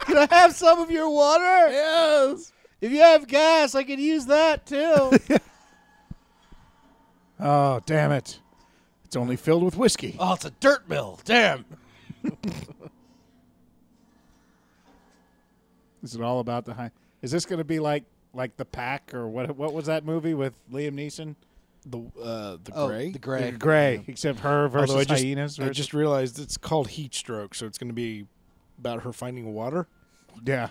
can I have some of your water? Yes. If you have gas, I could use that too.
Oh damn it! It's only filled with whiskey.
oh, it's a dirt mill. Damn.
Is it all about the high? Is this going to be like like the pack or what? What was that movie with Liam Neeson?
The uh, the
Oh,
gray.
the gray.
Gray, except her versus
Although I just,
hyenas.
I
versus-
just realized it's called heat stroke, so it's going to be about her finding water.
yeah.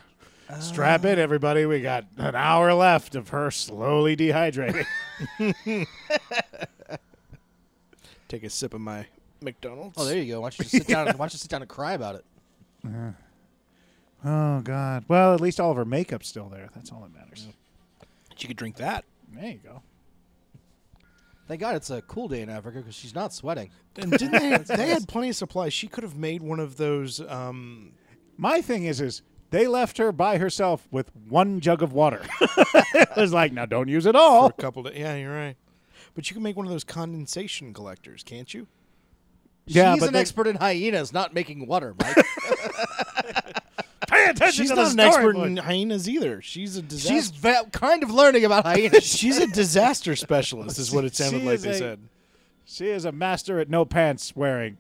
Ah.
Strap in, everybody. We got an hour left of her slowly dehydrating.
Take a sip of my McDonald's.
Oh, there you go. Why don't you just sit down? And, why don't you sit down and cry about it?
oh God! Well, at least all of her makeup's still there. That's all that matters.
she could drink that.
There you go.
Thank God it's a cool day in Africa because she's not sweating.
And didn't they? they had plenty of supplies. She could have made one of those. Um,
My thing is, is they left her by herself with one jug of water. it was like, now don't use it all.
for a couple. Of, yeah, you're right. But you can make one of those condensation collectors, can't you?
yeah,
she's
but
an
they-
expert in hyenas, not making water, Mike.
pay attention
She's
to the
not an
story,
expert
boy.
in hyenas either. She's a disaster.
she's ve- kind of learning about hyenas.
she's a disaster specialist, is what it sounded
She
like
is
they
a-
said.
She is a master at no pants wearing.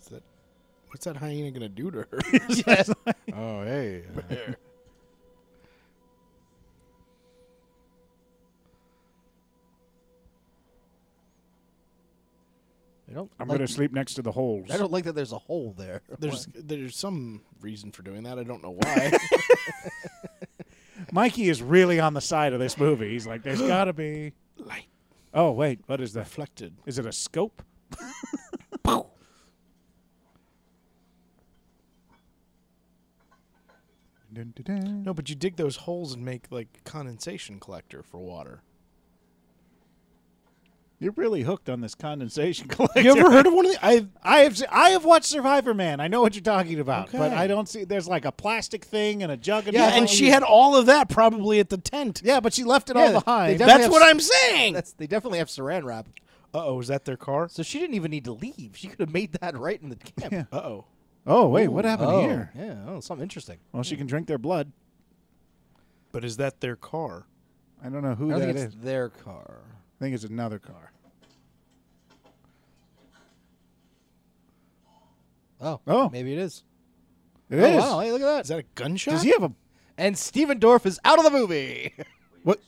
Is that- what's that hyena gonna do to her?
oh hey, I don't.
I'm
like,
going to sleep next to the holes.
I don't like that. There's a hole there.
there's there's some reason for doing that. I don't know why.
Mikey is really on the side of this movie. He's like, there's got to be.
Light
Oh wait, what is that?
reflected.
Is it a scope? Dun, dun, dun.
No, but you dig those holes and make like condensation collector for water.
You're really hooked on this condensation collector.
You ever heard of one of the? I
I have se- I have watched Survivor Man. I know what you're talking about, but
Okay.
I don't see. There's like a plastic thing and a jug.
yeah,
something.
and she had all of that probably at the tent.
Yeah, but she left it
Yeah,
all
they
behind.
definitely
That's
have
what
s-
I'm saying. Uh
That's they definitely have saran wrap.
oh, is that their car?
So she didn't even need to leave. She could have made that right in the camp.
Yeah.
Uh oh.
oh wait, what happened
Oh,
here?
Yeah, oh, something interesting.
Well, she can drink their blood.
But is that their car?
I don't know who
I
that
don't
is.
think it's their car.
I think it's another car.
Oh,
Oh.
maybe it is.
It is.
oh, wow, hey, look at that.
Is that a gunshot?
Does he have a?
And Steven Dorff is out of the movie.
What?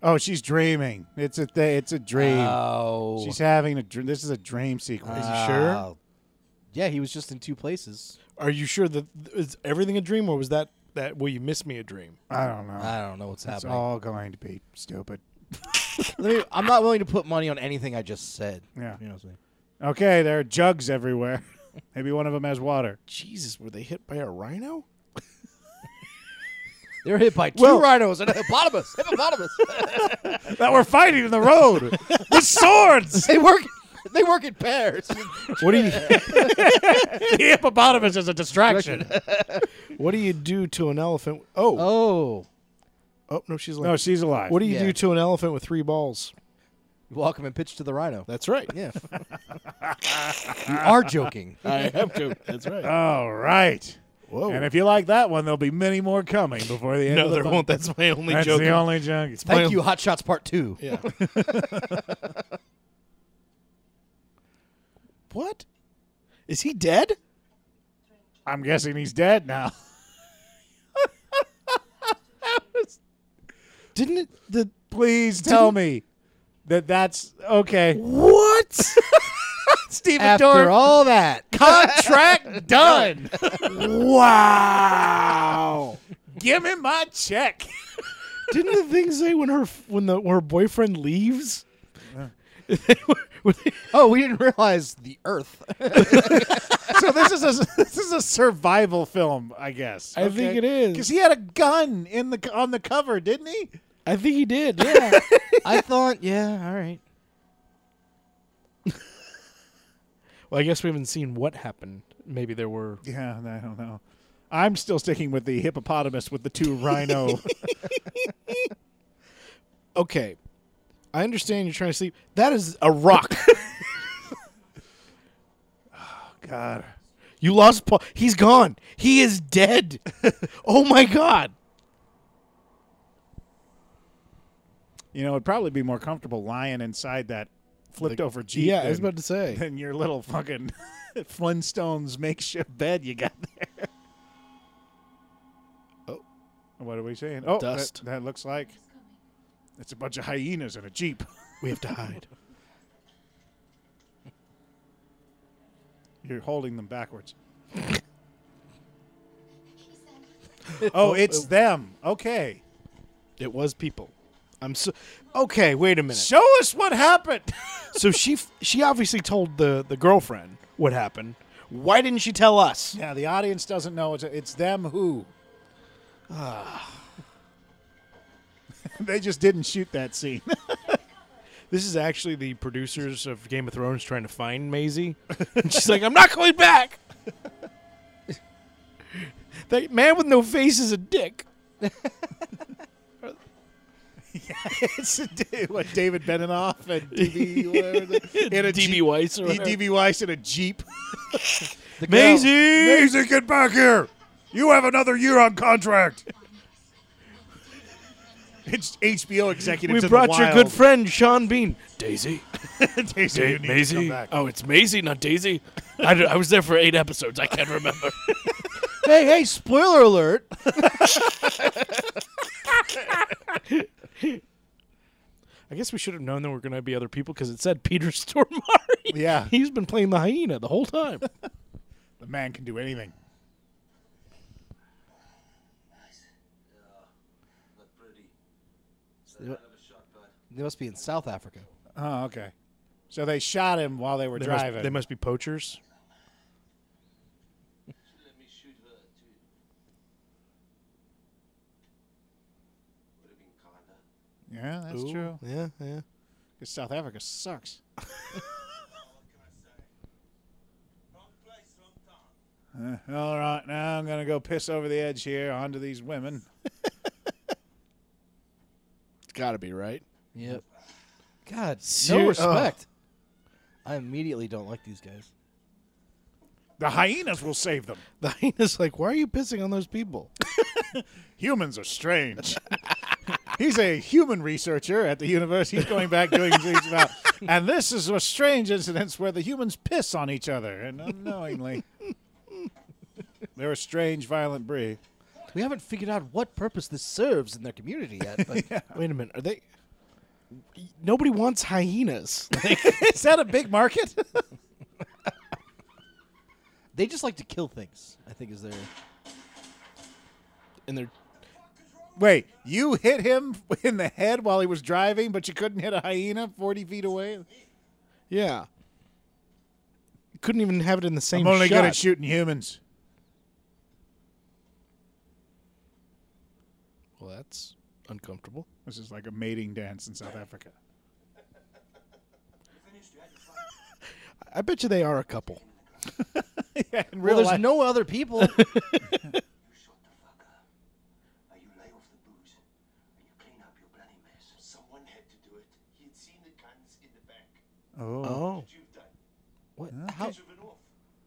Oh, she's dreaming. It's a th- it's a dream.
Oh.
she's having a dream. This is a dream sequence. Oh.
Is he sure?
yeah, he was just in two places.
Are you sure that is everything a dream, or was that that? Will you miss me a dream?
I don't know.
I don't know what's
it's
happening.
all going to be stupid.
Let me- I'm not willing to put money on anything I just said.
Yeah.
You know what I'm saying?
Okay, there are jugs everywhere. Maybe one of them has water.
Jesus, were they hit by a rhino?
They were hit by two
Well-
rhinos and a hippopotamus. Hippopotamus.
That we're fighting in the road with swords.
they work. They work in pairs.
What do you
the hippopotamus is a distraction.
What do you do to an elephant? Oh, oh,
oh,
no, she's like.
no, she's alive.
what do you
Yeah.
do to an elephant with three balls?
walk him and pitch to the rhino.
That's right.
Yeah. you are joking.
I am joking. That's right.
All right.
Whoa.
And if you like that one, there'll be many more coming before the end
Oh. no,
of the
there
pod-
won't. That's my only
That's
joke.
the only jug.
Thank you, Hot Shots Part Two.
yeah. what? Is he dead?
I'm guessing he's dead now.
Didn't it? The
Please tell me that that's okay.
what?
Stephen
After
Dorff,
all that,
contract done. wow. Give me my check.
Didn't the thing say when her when the when her boyfriend leaves? Were they-
oh, we didn't realize the Earth.
so this is a this is a survival film, I guess.
I think it is.
because he had a gun in the on the cover, didn't he?
I think he did. Yeah.
I thought, yeah, all right.
well, I guess we haven't seen what happened. Maybe there were.
Yeah, I don't know. I'm still sticking with the hippopotamus with the two rhino.
Okay, I understand you're trying to sleep. That is a rock.
God,
you lost Paul. He's gone. He is dead. oh my god.
you know it'd probably be more comfortable lying inside that flipped over jeep.
Yeah,
than,
I was about to say.
than your little fucking Flintstones makeshift bed you got there.
Oh.
what are we saying? Oh, that-
Dust.
that looks like it's a bunch of hyenas in a jeep.
We have to hide.
You're holding them backwards. oh, it's them. Okay.
It was people. I'm so. Okay, wait a minute.
Show us what happened.
So she f- she obviously told the the girlfriend what happened. Why didn't she tell us?
yeah, the audience doesn't know. It's, it's them who. they just didn't shoot that scene.
This is actually the producers of Game of Thrones trying to find Maisie. And she's like, I'm not going back. that man with no face is a dick.
it's a, da- what David Beninoff and DB whatever the- in a
DB
Jeep-
Weiss or whatever.
DB Weiss in a jeep.
The girl-
Maisie!
Maisie, get back here! You have another year on contract. It's HBO executives.
We
in the
brought your good
wild.
friend, Sean Bean. Daisy?
Daisy, you need to come
Maisie?
back.
Oh, it's Maisie, not Daisy. I, d- I was there for eight episodes. I can't remember.
Hey, hey! Spoiler alert!
I guess we should have known there were going to be other people because it said Peter Stormare.
Yeah.
He's been playing the hyena the whole time.
The man can do anything.
Look pretty. Is that kind of a shot, bud?
They must be in South Africa.
Oh, okay. So they shot him while they were
they,
driving.
must, they must be poachers.
Let me shoot her too. Would
yeah,
have been kinda.
that's true.
Yeah, yeah.
'Cause South Africa sucks.
What can I say? Wrong place, wrong time.
All right, now I'm gonna go piss over the edge here onto these women.
It's got to be right.
Yep. God,
Ser-
no respect. I immediately don't like these guys.
The hyenas will save them.
The hyena's like, why are you pissing on those people?
Humans are strange. He's a human researcher at the university. He's going back doing things about. And this is a strange incidents where the humans piss on each other and unknowingly. They're a strange, violent breed.
We haven't figured out what purpose this serves in their community yet. But
Wait a minute, are they? Nobody wants hyenas.
is that a big market?
they just like to kill things. I think is their.
and they're
Wait, you hit him in the head while he was driving, but you couldn't hit a hyena 40 feet away?
yeah. Couldn't even have it in the same.
I'm only
shot.
good at shooting humans.
Well, that's uncomfortable.
This is like a mating dance in South Africa.
I bet you they are a couple.
yeah, in
Well,
real
there's
life.
no other people.
Shut the fuck up. Now you lay off the booze and you clean up your bloody mess. Someone had to do it. He had seen the guns in the back.
Oh,
You've done.
what? How?
Driven off.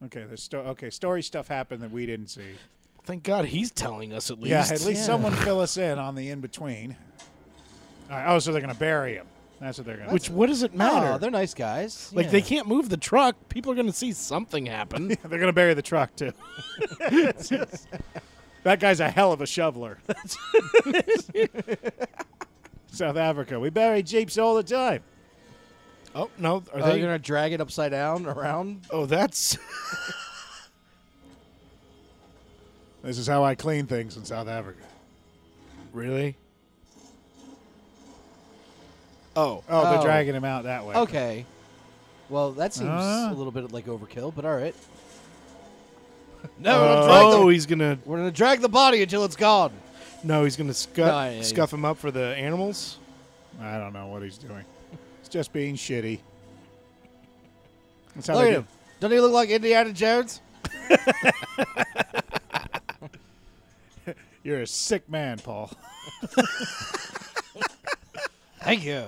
Okay, there's sto- okay, story stuff happened that we didn't see.
thank God he's telling us at least.
Yeah, at least
Yeah.
someone fill us in on the in between. oh, so they're gonna bury him. That's what they're gonna.
Which what does it matter?
No, they're nice guys.
like they
Yeah.
can't move the truck. People are gonna see something happen.
do. they're gonna bury the truck too. that guy's a hell of a shoveler. South Africa, we bury jeeps all the time. Uh,
oh no, are
Are
they?
they gonna drag it upside down around?
Oh, that's
This is how I clean things in South Africa.
really. Oh,
Oh, they're
Oh.
dragging him out that way.
Okay. Well, that seems
Ah.
Uh.
a little bit like overkill, but all right.
no!
Oh.
Oh, he's gonna
We're gonna drag the body until it's gone.
no, he's gonna scuff
No, yeah, yeah.
scuff him up for the animals.
I don't know what he's doing. He's just being shitty. That's how
Look
they
at
do.
him. Don't he look like Indiana Jones?
You're a sick man, Paul.
Thank you.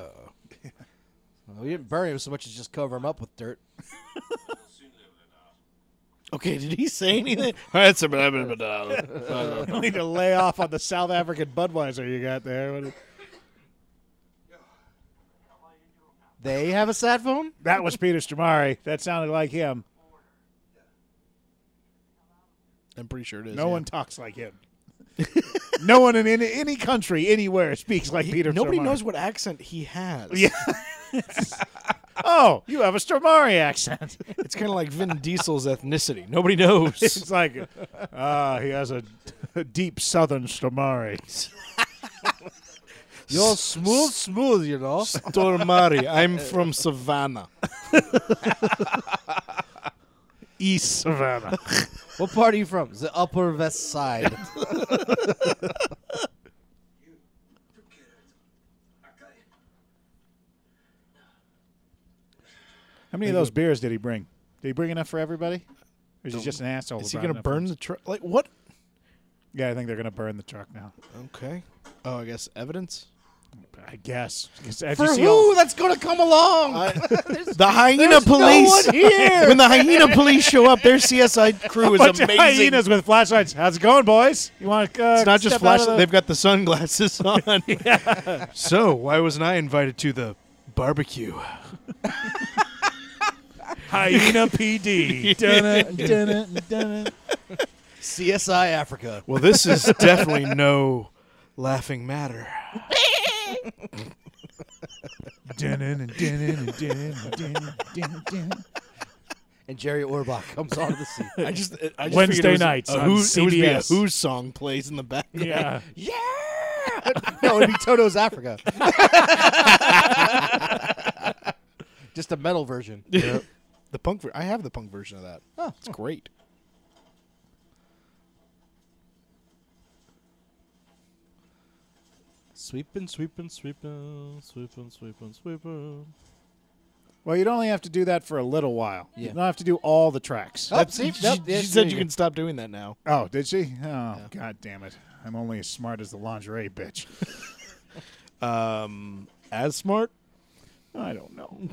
Well, we didn't bury him so much as just cover him up with dirt.
Okay, did he say anything? that's a blah, blah, blah, blah.
You need to lay off on the South African Budweiser you got there. What-
They have a sat phone.
That was Peter Stromari. That sounded like him.
I'm pretty sure it is.
No
yeah.
one talks like him. no one in any, any country anywhere speaks like Peter.
Nobody
Stromari.
knows what accent he has.
Yeah. Oh, you have a Stromari accent.
It's kind of like Vin Diesel's ethnicity. Nobody knows.
it's like, ah, he has a, a deep Southern Stromari.
You're smooth, smooth, you know.
Stormari. I'm from Savannah.
East Savannah.
What part are you from? The Upper West Side.
How many of those beers did he bring? Did he bring enough for everybody? Or is he just an asshole?
Is
who
he
brought
gonna
enough
burn
ones?
the truck? Like what?
Yeah, I think they're gonna burn the truck now.
Okay. Oh, I guess evidence.
I guess. 'Cause as
For
you see all-
who that's gonna come along?
The hyena police. when the hyena police show up, their CSI crew is
bunch
amazing.
of hyenas with flashlights. How's it going, boys? You want to? Uh,
It's not just
step out
flash.
of
They've got the sunglasses on. So why wasn't I invited to the barbecue?
the hyena PD. Dunna, dunna, dunna.
CSI Africa.
Well, this is definitely no laughing matter.
Dunna, dunna, dunna, dunna, dunna, dunna, dunna.
And Jerry Orbach comes onto the scene.
I just, I just
Wednesday
figured it was
nights
A
on
Who's it would be a
CBS.
Who's song plays in the background.
Yeah,
Yeah. no, it'd be Toto's Africa. Just a metal version.
the punk. Ver- I have the punk version of that.
Oh.
it's great.
Sweeping, sweeping, sweeping, sweeping, sweeping, sweeping.
Well, you'd only have to do that for a little while. You
Yeah.
don't have to do all the tracks.
Oh, see?
She,
Nope,
she
yeah, there
said you
you
can
go.
stop doing that now.
Oh, did she? Oh, god damn it. I'm only as smart as the lingerie bitch.
Um, as smart.
I don't know.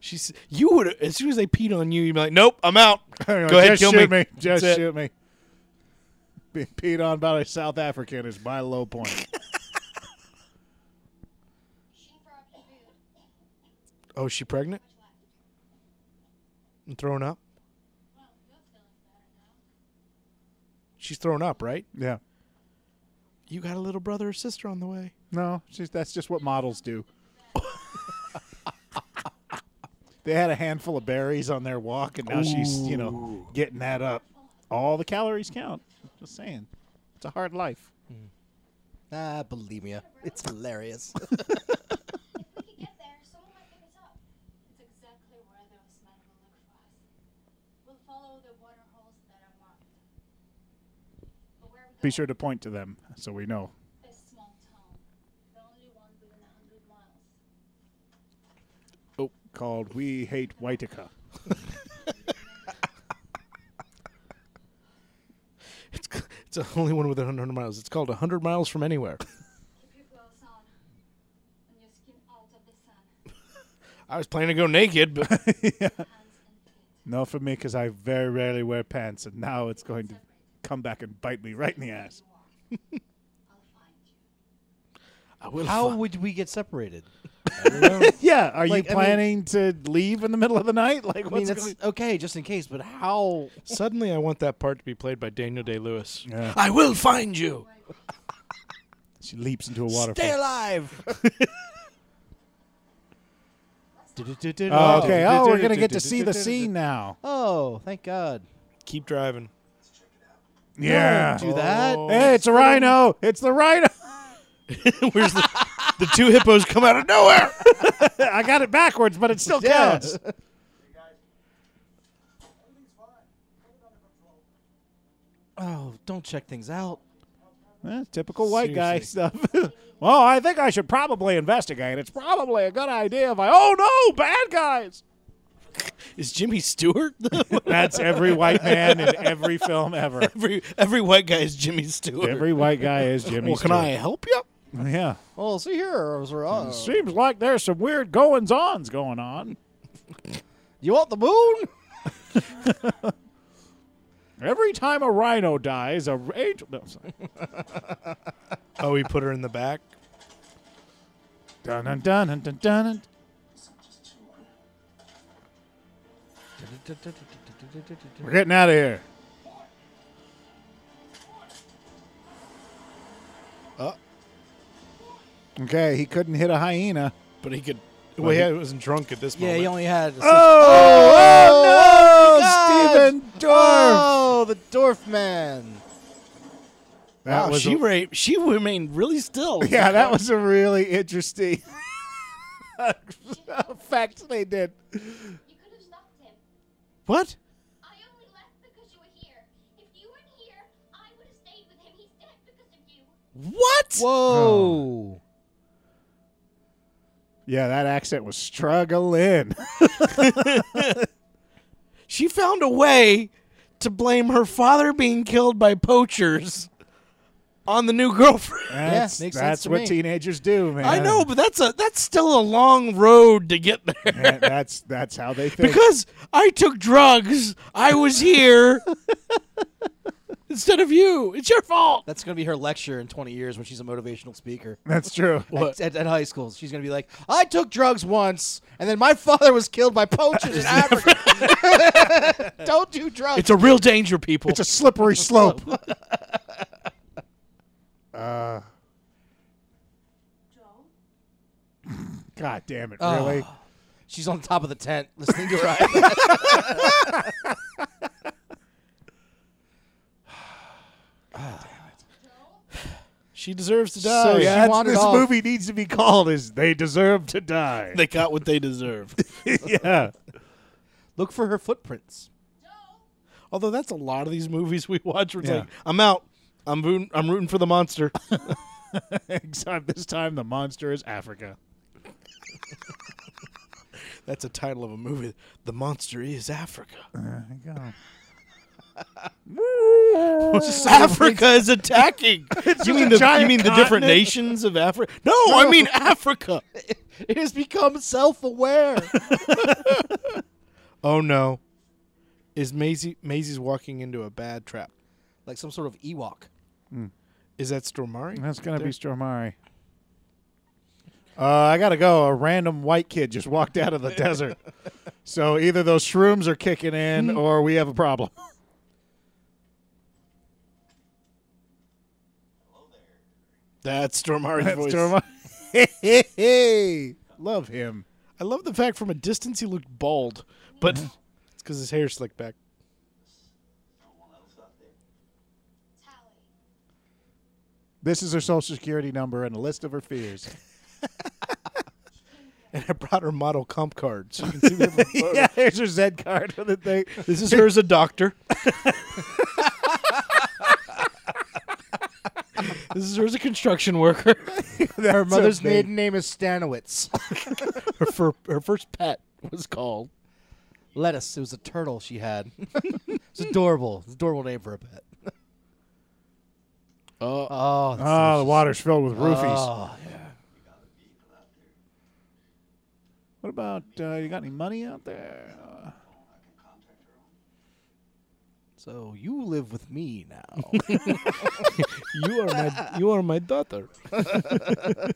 She's you would as soon as they peed on you, you'd be like, "Nope, I'm out.
Anyway,
Go ahead,
just
kill
shoot me.
me.
Just
That's it.
shoot me. Being peed on by a South African is my low point.
She brought you food.
Oh, is she pregnant
Much left.
and throwing up?
Well, you're feeling better now.
She's thrown up, right?
yeah.
You got a little brother or sister on the way.
No, she's, that's just what models do. they had a handful of berries on their walk, and now she's, you know, getting that up. All the calories count. Just saying. It's a hard life.
Ah, believe me, it's hilarious.
If we get there, someone might pick us up. It's exactly where those men will look for us. We'll follow the water holes that are marked. But where we
Be
go
sure to point to them so we know.
is small town, the only one within a hundred miles.
Oh. Called We Hate Whiteka.
It's c- it's the only one within 100 miles. It's called 100 miles from anywhere.
Keep your clothes on and your skin out of the sun,
I was planning to go naked, but
hands and feet.
No, for me, because I very rarely wear pants, and now it's going to come back and bite me right in the ass.
I'll find you.
I will.
How
fi-
would we get separated?
Yeah, are you
Like, I mean-
planning to leave in the middle of the night? Like,
I mean,
what's
that's
going?
okay, just in case. But how?
Suddenly, I want that part to be played by Daniel Day Lewis.
Yeah.
I will find you.
She leaps into a
Stay
waterfall.
alive.
Oh, okay. Oh, we're gonna get to see the scene now.
Oh, thank God!
Keep driving.
Yeah.
Do that.
Hey, it's a rhino. It's the rhino.
Where's the, the two hippos come out of nowhere?
I got it backwards, but it still
Yeah.
counts.
Oh, don't check things out.
Eh, typical white guy stuff. well, I think I should probably investigate. It's probably a good idea if I. Oh no, bad guys.
Is Jimmy Stewart?
That's every white man in every film ever.
every every white guy is Jimmy Stewart.
Every white guy is Jimmy.
well, can I help you?
I? Yeah.
Oh, see here, I was wrong.
Seems like there's some weird goings ons going on.
You want the moon?
Every time a rhino dies, a angel. No, sorry.
Oh, he put her in the back.
Dun dun dun dun dun dun. We're getting out of here. Oh. Okay, he couldn't hit a hyena.
But he could. Well, yeah, he wasn't drunk at this
Yeah,
moment.
he only had.
Oh, oh, no,
oh,
Stephen Dorff.
Oh, the dwarf man.
That
Wow,
was
Oh, she
a-
ra- she remained really still.
yeah, that was a really interesting fact they did.
You could have stopped him.
What?
I only left because you were here. If you weren't here, I would have stayed with him. He's dead because of you.
What?
Oh.
Whoa.
Yeah, that accent was struggling.
She found a way to blame her father being killed by poachers on the new girlfriend.
That's,
makes sense
that's
to
what
me.
teenagers do, man.
I know, but that's a that's still a long road to get there.
That- that's that's how they think.
Because I took drugs, I was here instead of you. It's your fault.
That's gonna be her lecture in 20 years when she's a motivational speaker
that's true.
at, at, at high school. She's gonna be like, "I took drugs once, and then my father was killed by poachers in Africa. Don't do drugs."
It's a real danger, people.
It's a slippery slope.
Joe?
God damn it,
Oh.
really?
she's on top of the tent listening to her.
she deserves to die.
so yeah, that's-
wandered
this
off.
movie needs to be called "Is They Deserve to Die."
They got what they deserved.
yeah,
Look for her footprints.
Joe?
Although that's a lot of these movies we watch. Where it's
Yeah.
like, I'm out. I'm rooting, I'm rooting for the monster.
Except this time, the monster is Africa.
That's a title of a movie. The monster is Africa.
There you go.
Africa is attacking. you mean the you
giant
mean the different
continent.
nations of Africa? No, I mean Africa.
It has become self-aware.
Oh no, is Maisie Maisie's walking into a bad trap?
like some sort of Ewok.
Is that Stormari?
That's gonna be Stromari. Uh, I gotta go. A random white kid just walked out of the desert. So either those shrooms are kicking in, or we have a problem.
That's Stormari's
That's
voice.
Stormari. Love him.
I love the fact from a distance he looked bald, but
Mm-hmm.
it's because his hair slicked back.
Someone else out there.
Tally.
This is her social security number and a list of her fears.
And I brought her model comp card, so you can see. we have a photo.
yeah, here's her Z card for the thing.
This is her as a doctor. this is her as a construction worker.
Her
Mother's maiden name is Stanowitz.
Her, fir- her first pet was called.
Lettuce. It was a turtle she had. it's adorable. It's an adorable name for a pet.
Oh,
Oh, that's
Oh, the water's filled with roofies.
Oh,
What about uh, you? Got any money out there? Uh,
so you live with me now.
you are my you are my daughter.
okay.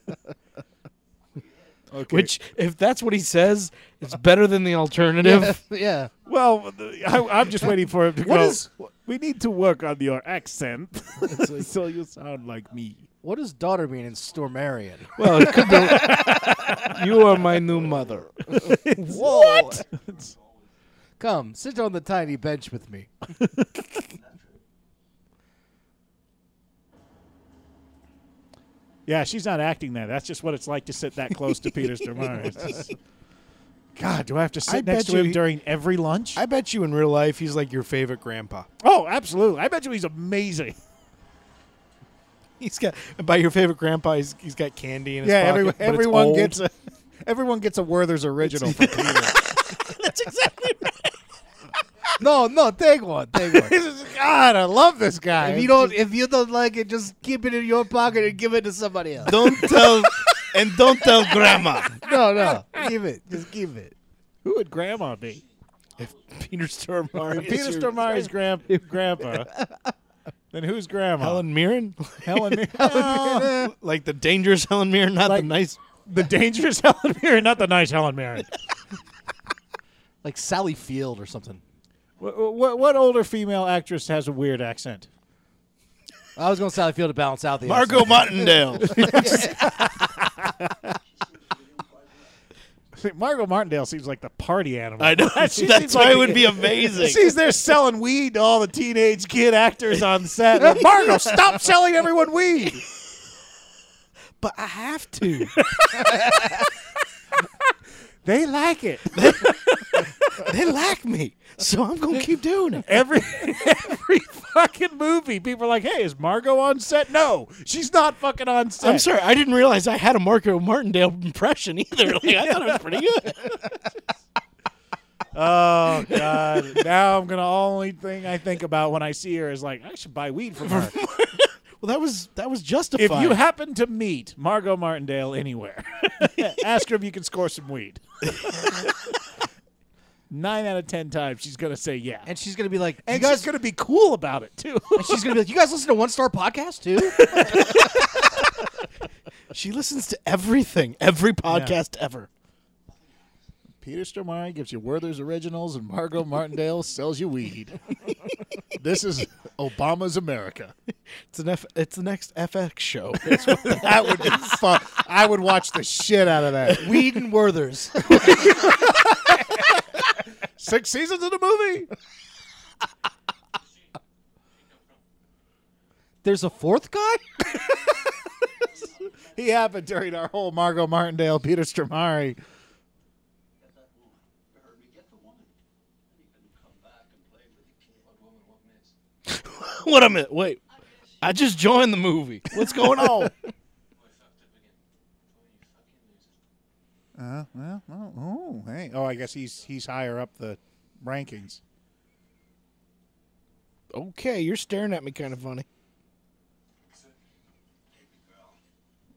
Which, if that's what he says, it's better than the alternative.
yeah.
Well, the- I, am just waiting for him to
What
go.
is-
we need to work on your accent so you sound like me.
What does daughter mean in Stormarian?
Well, it could be. you are my new mother.
Whoa. What? Come, sit on the tiny bench with me.
Yeah, she's not acting that. That's just what it's like to sit that close to Peter Stormare. God, do I have to sit
I
next
bet
to
you
him
he-
during every lunch?
I bet you in real life he's like your favorite grandpa.
oh, absolutely. I bet you he's amazing.
He's got by your favorite grandpa. He's, he's got candy in his
yeah,
pocket.
every,
but it's
everyone
old.
gets a everyone gets a Werther's original from Peter.
No, no, take one, take one.
This is- God, I love this guy.
If you don't, if you don't like it, just keep it in your pocket and give it to somebody else.
Don't tell, and don't tell grandma.
No, no, give it, just give it.
Who would Grandma be?
Peter Stormare. is
Peter
your-
Stormare's grand, grandpa. then who's Grandma?
Helen Mirren.
Helen.
Helen, like the dangerous Helen Mirren, not
Like-
the nice.
the dangerous Helen Mirren, not the nice Helen Mirren.
Like Sally Field or something.
what, what, what older female actress has a weird accent?
I was going to Sally Field to balance out the
Margot Martindale.
Margot Martindale seems like the party animal.
I know.
She seems
That's why
like
it would be
the-
amazing.
She's there selling weed to all the teenage kid actors on set. Like, Margot, stop selling everyone weed.
But I have to.
They like it.
they like me, so I'm gonna keep doing it.
Every every fucking movie, people are like, "Hey, is Margot on set?" No, she's not fucking on set.
I'm sorry, I didn't realize I had a Marco Martindale impression either. Like I thought it was pretty good.
Oh God! now I'm gonna only thing I think about when I see her is like, I should buy weed from her.
Well, that was that was justified.
if you happen to meet Margot Martindale anywhere, ask her if you can score some weed. Nine out of ten times she's gonna say yeah,
And she's going to be like,
And
you guys,
she's gonna be cool about it too.
and she's going to be like, you guys listen to One Star Podcast too?
she listens to everything, every podcast ever.
Peter Stormare gives you Werther's originals, and Margot Martindale sells you weed. this is Obama's America.
It's an F, it's the next FX show.
That would be fun. I would watch the shit out of that.
Weed and Werthers.
Six seasons of the movie.
There's a fourth guy?
He happened during our whole Margot Martindale, Peter Stromare.
Get that woman. You heard me. Get the woman. And you can come back and play with the kid.
what
What woman? What miss?
a minute! Wait,
I wish
I just joined the movie. What's going on?
Uh, well, oh, oh, hey. Oh, I guess he's he's higher up the rankings.
okay, you're staring at me kind of funny.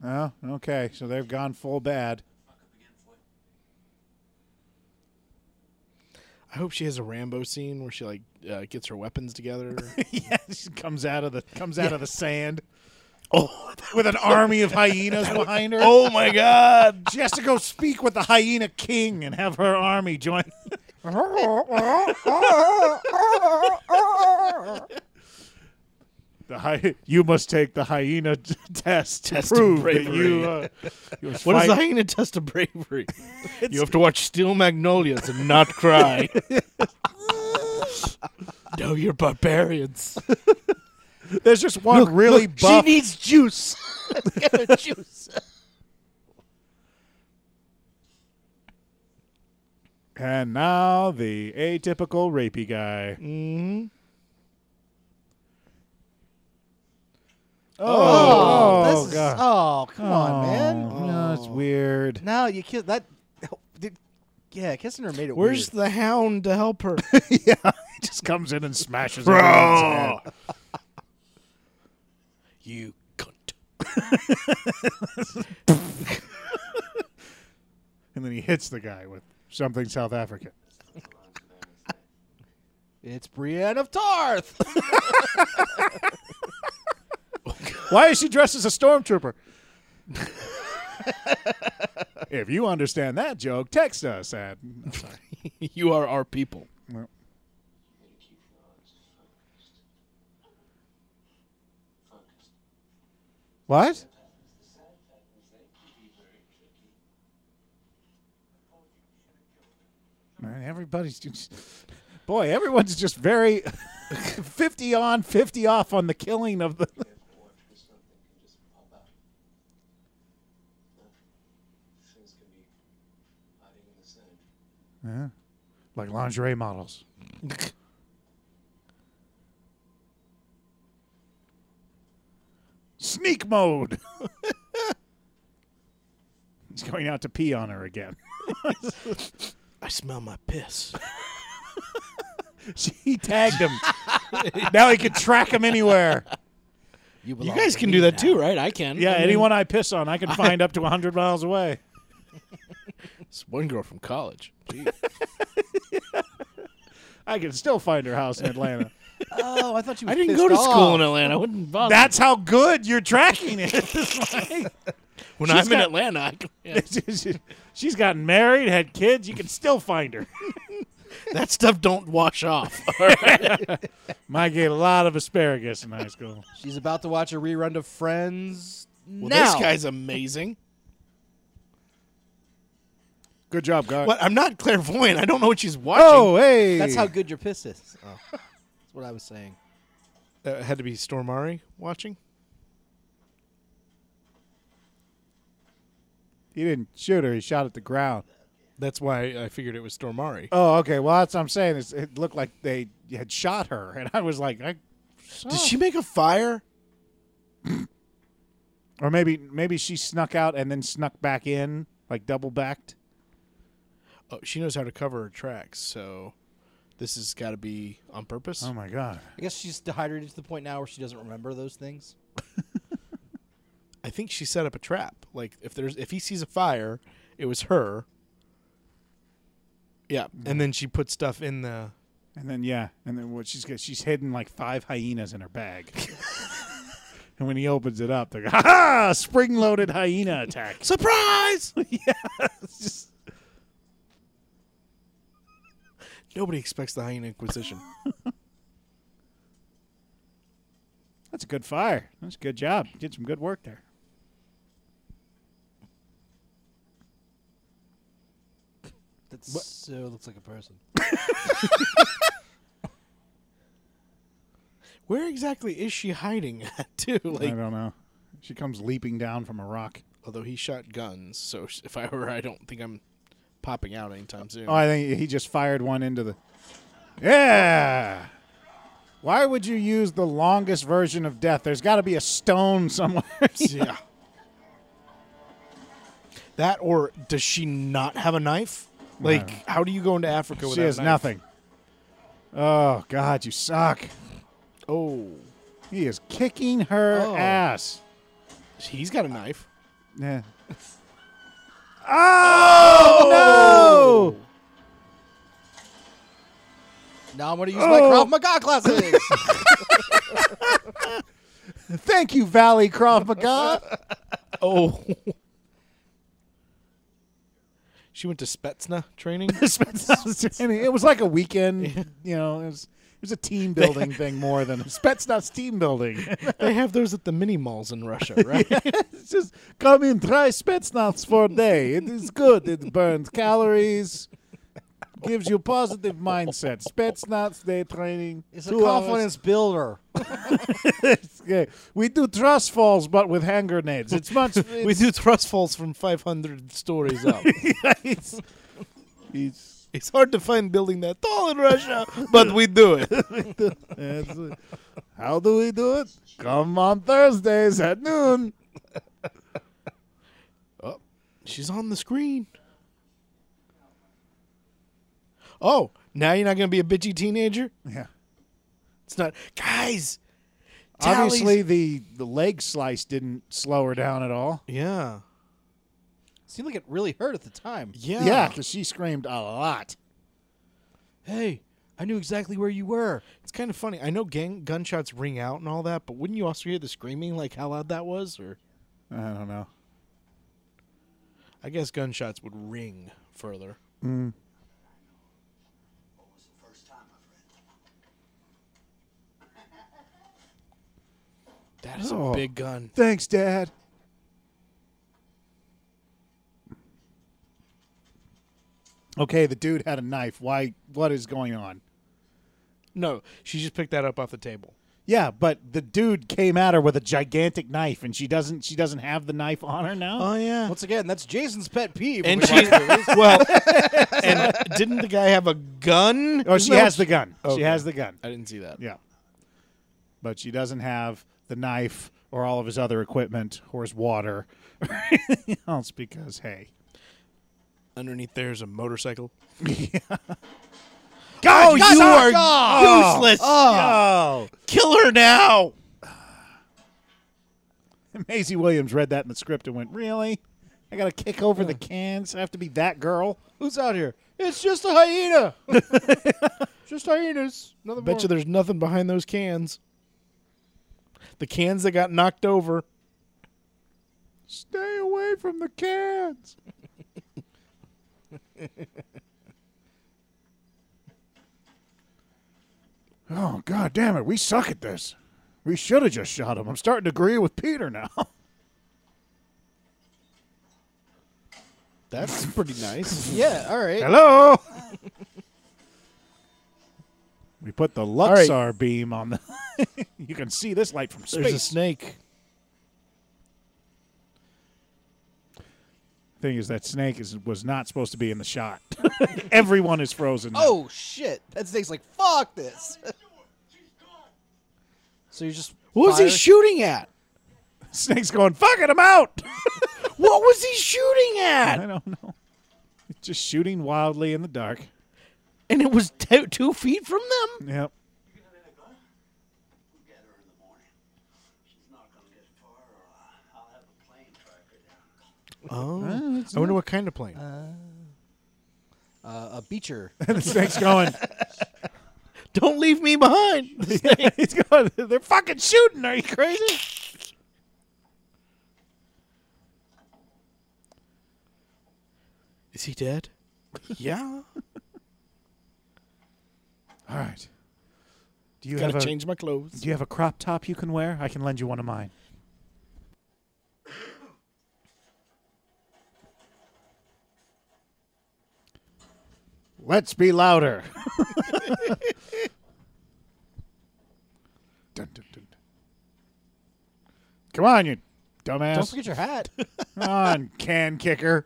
Oh, okay. So they've gone full bad.
I hope she has a Rambo scene where she like uh, gets her weapons together.
yeah, she comes out of the comes out of the sand. Oh, with an army of hyenas behind her.
oh my god!
She has to go speak with the hyena king and have her army join. The hy- you must take the hyena t- test to
Test of
prove that
bravery.
you. Uh, you must
What is the
fight-
hyena test of bravery? you have to watch Steel Magnolias and not cry. no, you're barbarians.
There's just one really buff.
needs juice. Get her juice.
and now the atypical rapey guy. Mm-hmm. Oh,
this is-
God.
oh, come on, man. Oh.
No, it's weird.
No, you killed that. Did, yeah, kissing her made it
Where's
weird.
the hound to help her?
yeah, he just comes in and smashes. everyone's head.
you cunt.
and then he hits the guy with something South African.
It's Brienne of Tarth.
Why is she dressed as a stormtrooper? if you understand that joke, text us at. I'm sorry.
You are our people.
You gotta keep your eyes focused. Focused.
What?
The side patterns, they can be very tricky.
Man, everybody's just. Boy, everyone's just very 50 on, 50 off on the killing of the.
Or if something can just pop out. Huh? Things can be hiding in the sand.
Like lingerie models. Sneak mode. He's going out to pee on her again.
I smell my piss.
She tagged him. now he can track him anywhere.
You guys can do that too, right? I can.
Yeah,
I mean,
anyone I piss on, I can find up to 100 miles away.
It's one girl from college.
I can still find her house in Atlanta.
Oh, I thought you.
I didn't go to school in Atlanta. I wouldn't bother.
That's how good you're tracking it. Oh. It's like-
when
she's
I'm in
got-
Atlanta, I can, yeah.
She's gotten married, had kids. You can still find her.
that stuff don't wash off.
Mike ate a lot of asparagus in high school.
She's about to watch a rerun of Friends.
Well,
now.
this guy's amazing.
Good job, guy.
What? I'm not clairvoyant. I don't know what she's watching.
Oh, hey.
That's how good your piss is. Oh. That's what I was saying.
That had to be Stormari watching.
He didn't shoot her. He shot at the ground.
That's why I figured it was Stormari.
Oh, okay. Well, that's what I'm saying. It's, it looked like they had shot her, and I was like, I,
Did she make a fire?
or maybe maybe she snuck out and then snuck back in, like double backed.
Oh, she knows how to cover her tracks, so this has got to be on purpose.
my god.
I guess she's dehydrated to the point now where she doesn't remember those things.
I think she set up a trap. Like if there's if he sees a fire, it was her. Yeah, and then she put stuff in the.
And then yeah, and then what she's got, she's hidden like five hyenas in her bag. and when he opens it up, they're like, ha ha, spring loaded hyena attack.
Surprise!
yeah, it's just
Nobody expects the Hyena Inquisition.
That's a good fire. That's a good job. You Did some good work there.
That so looks like a person.
Where exactly is she hiding at, too? Like,
I don't know. She comes leaping down from a rock.
although he shot guns, so sh- if I were, her, I don't think I'm popping out anytime soon.
Oh, I think he just fired one into the. Yeah. Why would you use the longest version of death? There's got to be a stone somewhere.
Yeah. That or does she not have a knife? Like, how do you go into Africa without
she has
a knife?
nothing. Oh God, you suck.
Oh,
He is kicking her
Oh.
ass.
he's got a knife.
Yeah. Oh, no!
Now I'm gonna use my
Oh.
Krav Maga classes.
Thank you, Valley Krav Maga.
Oh. she went to Spetsna training.
and it was like a weekend. You know, it was it was a team building thing more than Spetsnaz team building.
they have those at the mini malls in Russia, right?
It's just come in, try Spetsnaz for a day. It is good. It burns calories, gives you positive mindset. Spetsnaz day training.
It's a
two hours.
confidence builder.
Okay. We do thrust falls, but with hand grenades. It's much. It's,
we do thrust falls from 500 stories up.
it's, it's-
it's hard to find building that tall in Russia, but we do it.
it's- how do we do it? Come on Thursdays at noon.
She's on the screen. Oh, now you're not going to be a bitchy teenager?
Yeah.
It's not. Guys! tallies-
Obviously, the, the leg slice didn't slow her down at all.
Yeah.
Seemed like it really hurt at the time.
Yeah.
Yeah, because she screamed a lot.
Hey, I knew exactly where you were.
It's kind of funny. I know gang gunshots ring out and all that, but wouldn't you also hear the screaming like how loud that was? Or
I don't know.
I guess gunshots would ring further. Mm.
What was the first time, my friend?
That is
Oh.
a big gun.
Thanks, Dad. Okay, the dude had a knife. Why? What is going on?
No, she just picked that up off the table.
Yeah, but the dude came at her with a gigantic knife, and she doesn't. She doesn't have the knife on her now.
Oh, yeah.
Once again, that's Jason's pet peeve.
and
when we
she
watch movies.
well, and didn't the guy have a gun?
or Oh, she
No.
has the gun. She
Okay.
has the gun.
I didn't see that.
Yeah, but she doesn't have the knife or all of his other equipment or his water or anything else because hey,
Underneath there's a motorcycle.
God,
Oh, you are useless. Ah!
Oh.
Kill her now.
Maisie Williams read that in the script and went, "Really? I got to kick over the cans. I have to be that girl."
Who's out here? It's just a hyena. just hyenas. Another
Bet you there's nothing behind those cans. The cans that got knocked over.
Stay away from the cans. oh god damn it! We suck at this. We should have just shot him. I'm starting to agree with Peter now.
That's pretty nice.
Yeah. All right.
Hello. we put the
right.
Luxar beam on the. you can see this light from
There's a
space.
snake.
thing is that snake is was not supposed to be in the shot. Everyone is frozen. now.
Oh shit! That snake's like fuck this. so you're just
What was he
fire-
shooting at?
snake's going fuck it, I'm out.
What was he
I
shooting at?
don't know. It's Just shooting wildly in the dark.
And it was t- two feet from them.
Yep.
We'll get her in the morning. She's not gonna get far, or uh, I'll have a plane track her down.
Oh, I wonder what kind of plane.
uh, a beacher.
And the snake's going.
Don't leave me behind.
He's going. They're fucking shooting. Are you crazy?
Is he dead? Yeah.
All right. Do you
Gotta
have a
change my clothes.
Do you have a crop top you can wear? I can lend you one of mine. Let's be louder. Dun, dun, dun. Come on, you dumbass.
Don't forget your hat.
Come on, can kicker.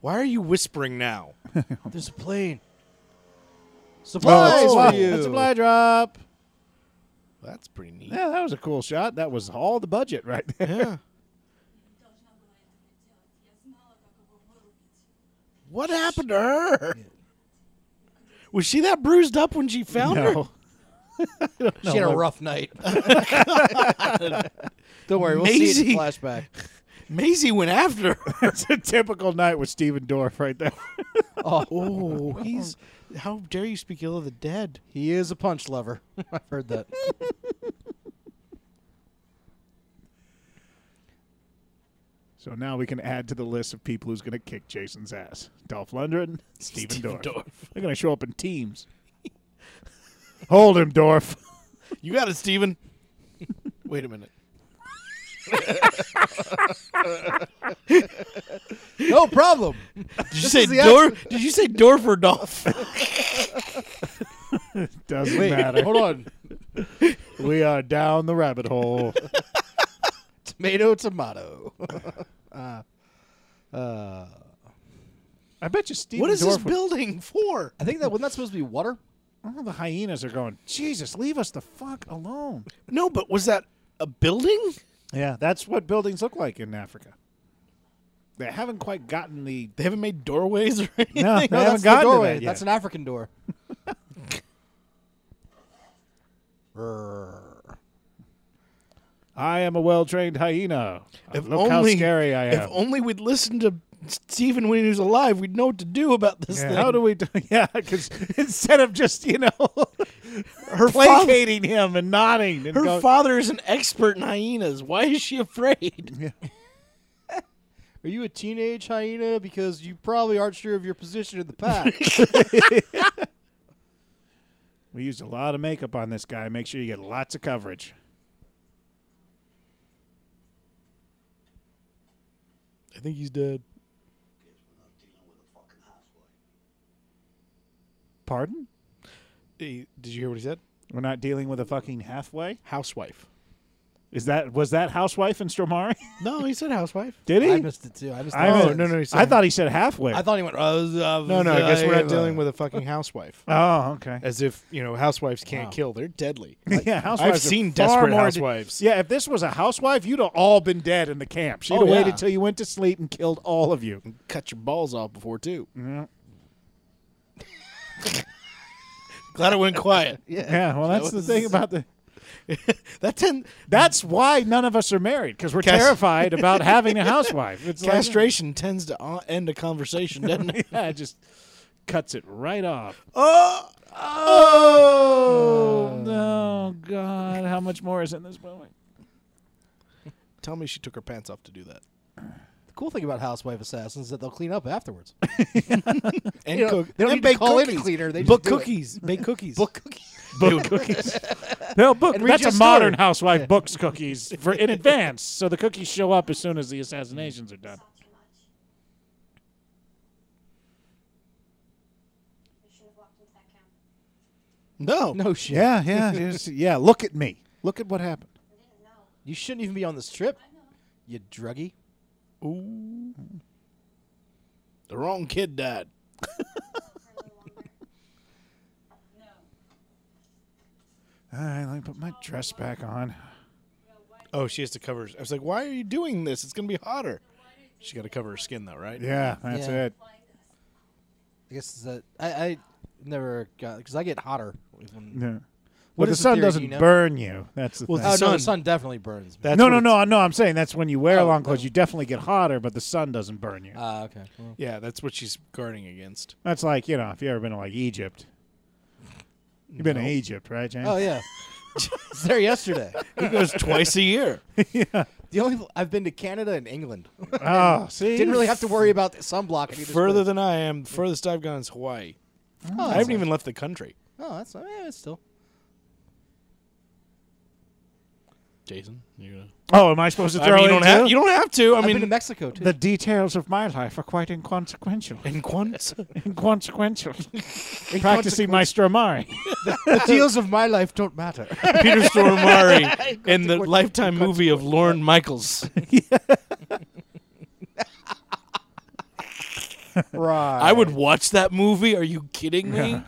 Why are you whispering now?
There's a plane.
Oh, it's
Supplies
a
for
supply-
you.
It's a fly drop.
That's pretty neat.
Yeah, that was a cool shot. That was all the budget right there.
Yeah. What happened to her? Was she that bruised up when she found her?
No.
She had a rough night. Don't worry, we'll see it
Maisie.
in the flashback.
Maisie went after her.
It's a typical night with Steven Dorff right there.
oh, he's. How dare you speak ill of the dead?
He is a punch lover. I've heard that.
So now we can add to the list of people who's going to kick Jason's ass. Dolph Lundgren, Steven, Dorff. They're going to show up in teams. Hold him, Dorff.
You got it, Steven. Wait a minute.
No problem.
Did you say
is the
Dorf? Did you say Dorf or Dolph?
Doesn't matter.
Hold on.
We are down the rabbit hole.
Tomato, tomato.
I bet you Steven
what is
Dorff
this building for?
I think that wasn't that supposed to be water?
All the hyenas are going, Jesus, leave us the fuck alone.
No, but was that a building?
Yeah, that's what buildings look like in Africa. They haven't quite gotten the.
They haven't made doorways or anything.
No, they haven't
No, that's the
gotten to
doorway.
that yet.
That's an African door.
I am a well trained hyena.
If
Look how
only-
scary I am.
If only we'd listened to Stephen when he was alive, we'd know what to do about this
Yeah,
thing.
how do we do? Yeah, because instead of just you know
her father,
placating him and nodding and
her
going,
father is an expert in hyenas. Why is she afraid?
Are you a teenage hyena? Because you probably aren't sure of your position in the pack.
we used a lot of makeup on this guy. Make sure you get lots of coverage.
I think he's dead.
Guess we're not dealing with a fucking halfway.
Pardon?
Did you hear what he said?
We're not dealing with a fucking halfway.
Housewife.
Is that was that housewife in Stromari?
No, he said housewife.
Did he?
I missed it too. I missed.
I
that
missed-
Oh,
sentence.
no, no, he said-
I thought he said halfway.
I thought he went. Uh,
No, no, I guess we're not dealing with a fucking housewife.
oh, okay.
As if you know, housewives can't kill; they're deadly.
yeah, housewives. are
seen
far
desperate
more de-
housewives.
yeah, if this was a housewife, you'd have all been dead in the camp. She'd
Oh,
have
yeah.
waited till you went to sleep and killed all of you.
Cut your balls off before too. Glad it went quiet.
Yeah, well, that's the
was-
thing about the.
That ten
That's why none of us are married because we're
Cas-
terrified about having a housewife. It's like,
castration tends to uh, end a conversation, doesn't it?
yeah, it just cuts it right off.
oh,
Oh no, God! How much more is in this movie?
Tell me she took her pants off to do that.
The cool thing about housewife assassins is that they'll clean up afterwards.
And
You know,
cook.
they don't
and
need to
bake
call in a
cookies.
cleaner, they just
book
do it.
cookies. Bake cookies.
Book cookies.
Book cookies. No book.
And read
That's
your
a modern
story.
housewife. Books cookies for in advance, so the cookies show up as soon as the assassinations are done.
Not too much. I shouldn't have walked into that camp.
No.
No shit.
yeah, yeah. Look at me. Look at what happened.
I didn't know.
You shouldn't even be on this trip. You druggy.
The wrong kid died.
For a little longer.
All right, let me put my dress back on.
Oh, she has to cover. I was like, why are you doing this? It's gonna be hotter. She got to cover her skin though, right?
Yeah, that's
Yeah.
it.
I guess that I, I never got because I get hotter. When,
Yeah.
What
Well, the
is the
sun
theory,
doesn't
do you know?
burn you. That's the
Well,
thing.
Oh no,
Sun.
the sun definitely burns. Me.
That's
no,
what
no,
it's-
no, no. I'm saying that's when you wear
Oh,
long clothes.
no.
You definitely get hotter, but the sun doesn't burn you.
Ah, okay. Well,
Yeah, that's what she's guarding against.
that's like you know, if you ever been to like Egypt, you've been to Egypt, right, James?
Oh yeah. It's there yesterday.
He goes twice a year.
The only I've been to Canada and England.
Oh, see,
Didn't really have to worry about sunblock. any of this
Further
place.
than I am, the furthest I've gone is Hawaii.
oh,
I
that's
haven't
nice.
even left the country.
Oh, that's eh, it's still.
Jason, you're gonna.
Oh, am I supposed to
I
throw
mean, you
in
don't have.
too?
You don't have to. I
I've been to
mean,
Mexico too.
the details of my life are quite inconsequential.
in quants.
inconsequential. Practicing my stromari.
the deals of my life don't matter.
Peter Stormare in the Lifetime movie of Lauren Michaels.
right.
I would watch that movie. Are you kidding me?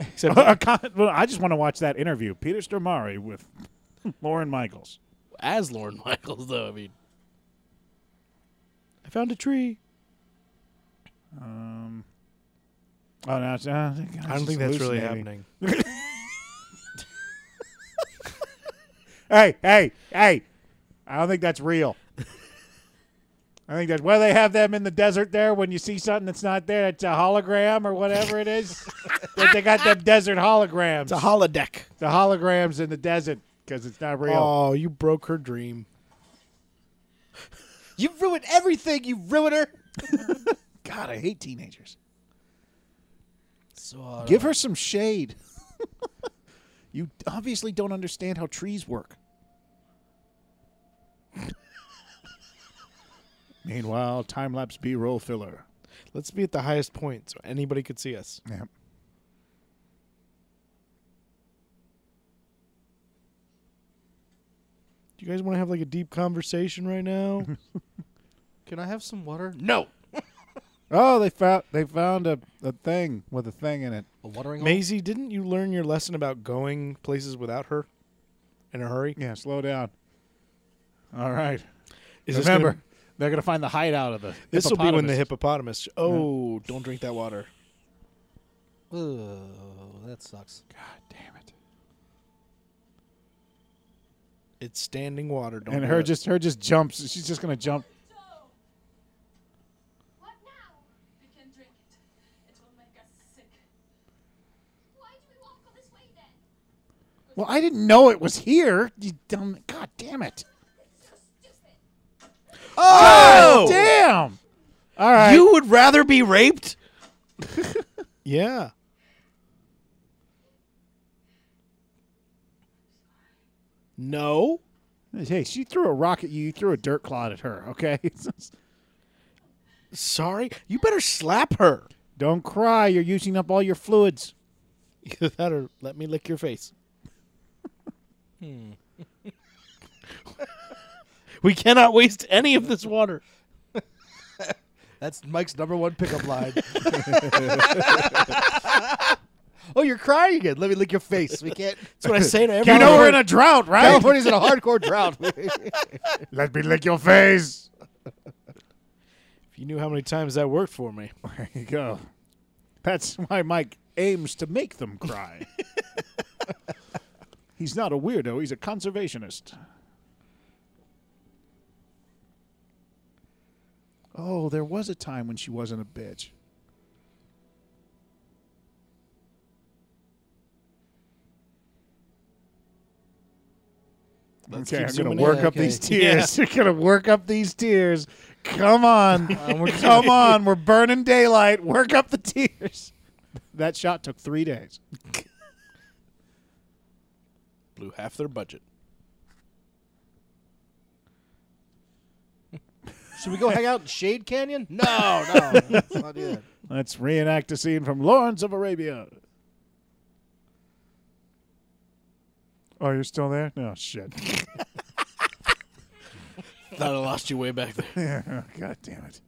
Except a con- well, I just want to watch that interview, Peter Stormare with Lauren Michaels.
As Lauren Michaels, though. I mean,
I found a tree.
Oh no, it's, uh,
I don't think that's really happening.
Hey, hey, hey! I don't think that's real. I think that's where they have them in the desert there. When you see something that's not there, it's a hologram or whatever it is. That they got them desert holograms.
It's a holodeck.
the holograms in the desert because it's not real.
Oh, you broke her dream.
You ruined everything, you ruiner.
God, I hate teenagers.
So, uh,
Give her some shade. you obviously don't understand how trees work. Meanwhile, time lapse B roll filler.
Let's be at the highest point so anybody could see us.
Yeah.
Do you guys want to have like a deep conversation right now?
can I have some water?
no.
Oh, they found they found a, a thing with a thing in it.
A watering hole?
Maisie, didn't you learn your lesson about going places without her in a hurry?
Yeah, slow down. All right.
Is this
Remember,
gonna-
they're gonna find the hideout of the.
This will be when the
hippopotamus.
hippopotamus. Oh, don't drink that water.
Oh, that sucks.
God damn it!
It's standing water. Don't
and
do
her
it.
just her just jumps. She's just gonna jump.
So, what now? We can drink it. It will make us sick. Why do we walk all this way then?
Well, I didn't know it was here. You dumb. God damn it!
It's so stupid.
Oh, Damn. All right.
You would rather be raped?
yeah. No.
Hey, she threw a rock at you. You threw a dirt clod at her. Okay.
Sorry. You better slap her.
Don't cry. You're using up all your fluids.
Either that or let me lick your face.
We cannot waste any of this water.
That's Mike's number one pickup line. oh, you're crying again. Let me lick your face. We can't.
That's what I say to everyone.
You know we're in a drought, right?
California's in a hardcore drought.
Let me lick your face.
if you knew how many times that worked for me.
There you go. That's why Mike aims to make them cry. he's not a weirdo. He's a conservationist. Oh, there was a time when she wasn't a bitch.
Let's
okay, I'm
keep
gonna
zooming in.
work
Yeah,
up
okay.
these tears. You're gonna work up these tears. Come on,
Um,
come on. We're burning daylight. Work up the tears. That shot took three days.
Blew half their budget.
Should we go hang out in Shade Canyon? No, no. Let's not do that.
Let's reenact a scene from Lawrence of Arabia. Oh, you're still there? No, shit.
Thought I lost you way back there.
God damn it.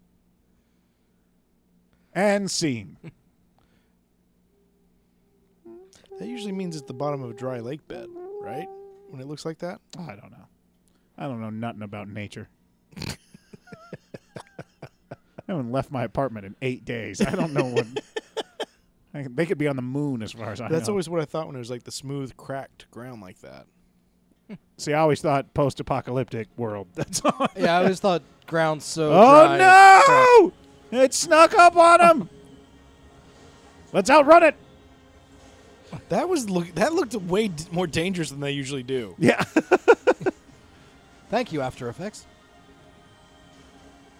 And scene.
That usually means it's the bottom of a dry lake bed, right? When it looks like that.
I don't know. I don't know nothing about nature. I haven't left my apartment in eight days. I don't know what. I, they could be on the moon as far as I
That's
know.
always what I thought when it was like the smooth, cracked ground like that.
See, I always thought post-apocalyptic world. That's all. I-
Yeah, I always thought ground so. dry and cracked.
oh no! It snuck up on him. Let's outrun it.
That was look. That looked way d- more dangerous than they usually do.
Yeah.
Thank you, After Effects.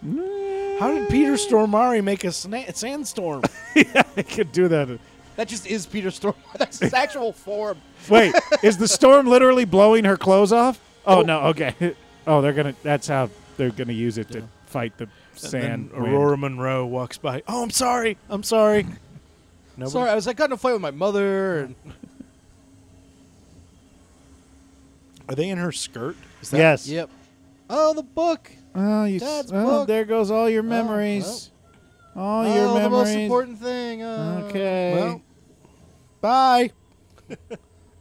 How did Peter Stormare make a sna- sandstorm?
they could do that.
That just is Peter Storm. That's his actual form.
Wait, is the storm literally blowing her clothes off? Oh, no. Okay. Oh, they're gonna. That's how they're gonna use it to fight the sand.
And
wind.
Aurora Monroe walks by. Oh, I'm sorry. I'm sorry. Nobody-
Sorry, I was like got in a fight with my mother, and
Are they in her skirt? Is that-
yes.
yep. Oh, the book.
Oh, you.
Dad's
oh,
book.
there goes all your memories. All
oh,
your
the most
memories.
important thing. Uh,
okay.
Well, bye.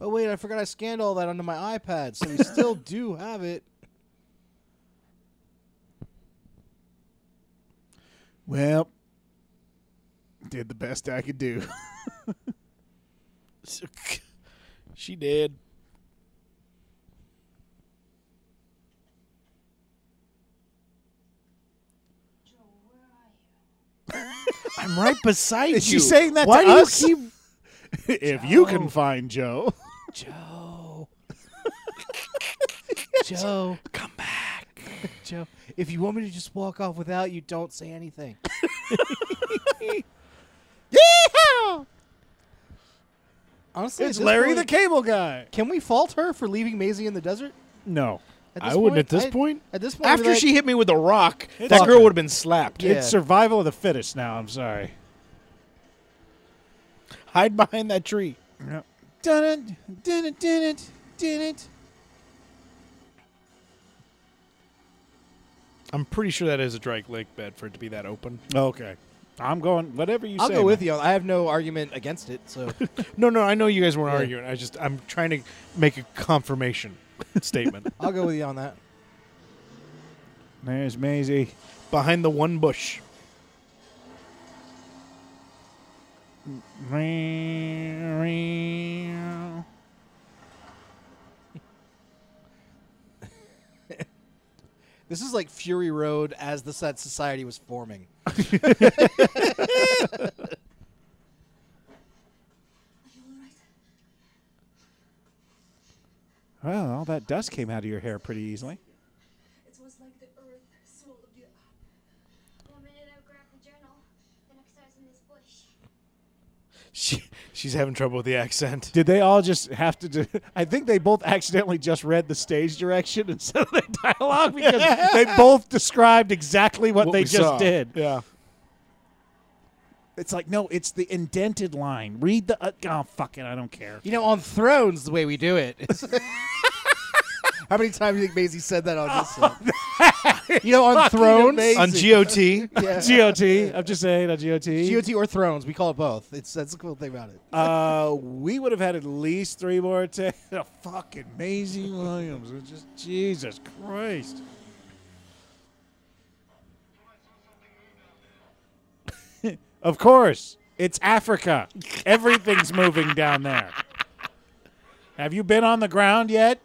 oh wait, I forgot I scanned all that onto my iPad, so we still do have it.
Well, did the best I could do.
she did.
Joe, where are you?
I'm right beside
Is she
you.
saying that
Why
to
do
us?
you keep?
if you can
Oh.
find Joe,
Joe. Joe. Come back. Joe, if you want me to just walk off without you, don't say anything. Honestly, at
it's
this
Larry
point,
the Cable Guy.
Can we fault her for leaving Maisie in the desert?
No,
At
I
this
wouldn't
point,
at this
I-
point.
At this point, I'd be
After
like,
she hit me with a rock,
Fuck
that girl
her.
would have been slapped.
Yeah.
it's survival of the fittest. Now I'm sorry.
Hide behind that tree.
Didn't, didn't, didn't, didn't.
I'm pretty sure that is a dry lake bed for it to be that open.
Okay, I'm going. Whatever you
I'll
say.
go with you. I have no argument against it. So
No, no, I know you guys weren't
Yeah.
arguing. I just I'm trying to make a confirmation statement
I'll go with you on that.
There's Maisie.
behind the one bush.
That's
This is like Fury Road as the Set Society was forming.
Are you all right?
Well, all that dust came out of your hair pretty easily.
It was like the earth swallowed you up.
One minute I grab the journal, the next I was in this bush.
She she's having trouble with the accent.
Did they all just have to do? I think they both accidentally just read the stage direction instead of their dialogue because they both described exactly what,
What
they
we
just
saw.
did.
Yeah.
It's like no, it's the indented line. Read the. Uh, oh fuck it, I don't care.
You know, on Thrones, the way we do it. is- How many times do you think Maisie said that on this one? you know, on
fucking
Thrones,
amazing.
On GOT.
yeah.
GOT. I'm just saying, a GOT.
GOT or Thrones, we call it both. It's that's the cool thing about it.
Uh, we would have had at least three more takes. fucking Maisie Williams. It's just Jesus Christ. of course, it's Africa. Everything's moving down there. Have you been on the ground yet?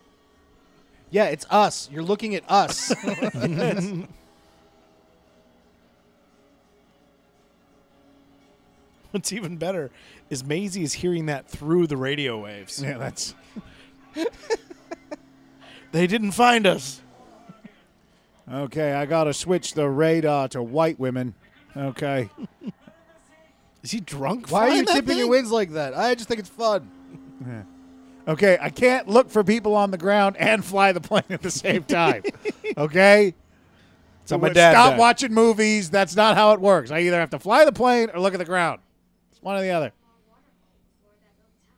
Yeah, it's us. You're looking at us.
What's even better is Maisie is hearing that through the radio waves.
Yeah, that's
They didn't find us.
okay. I gotta switch the radar to white women. Okay.
Is he drunk?
Why are
flying
you
that
tipping
thing?
your wings like that? I just think it's fun.
Okay, I can't look for people on the ground and fly the plane at the same time. okay?
That's how my
Well,
dad
Stop
died.
watching movies. That's not how it works. I either have to fly the plane or look at the ground. It's one or the other.
More water hole before that little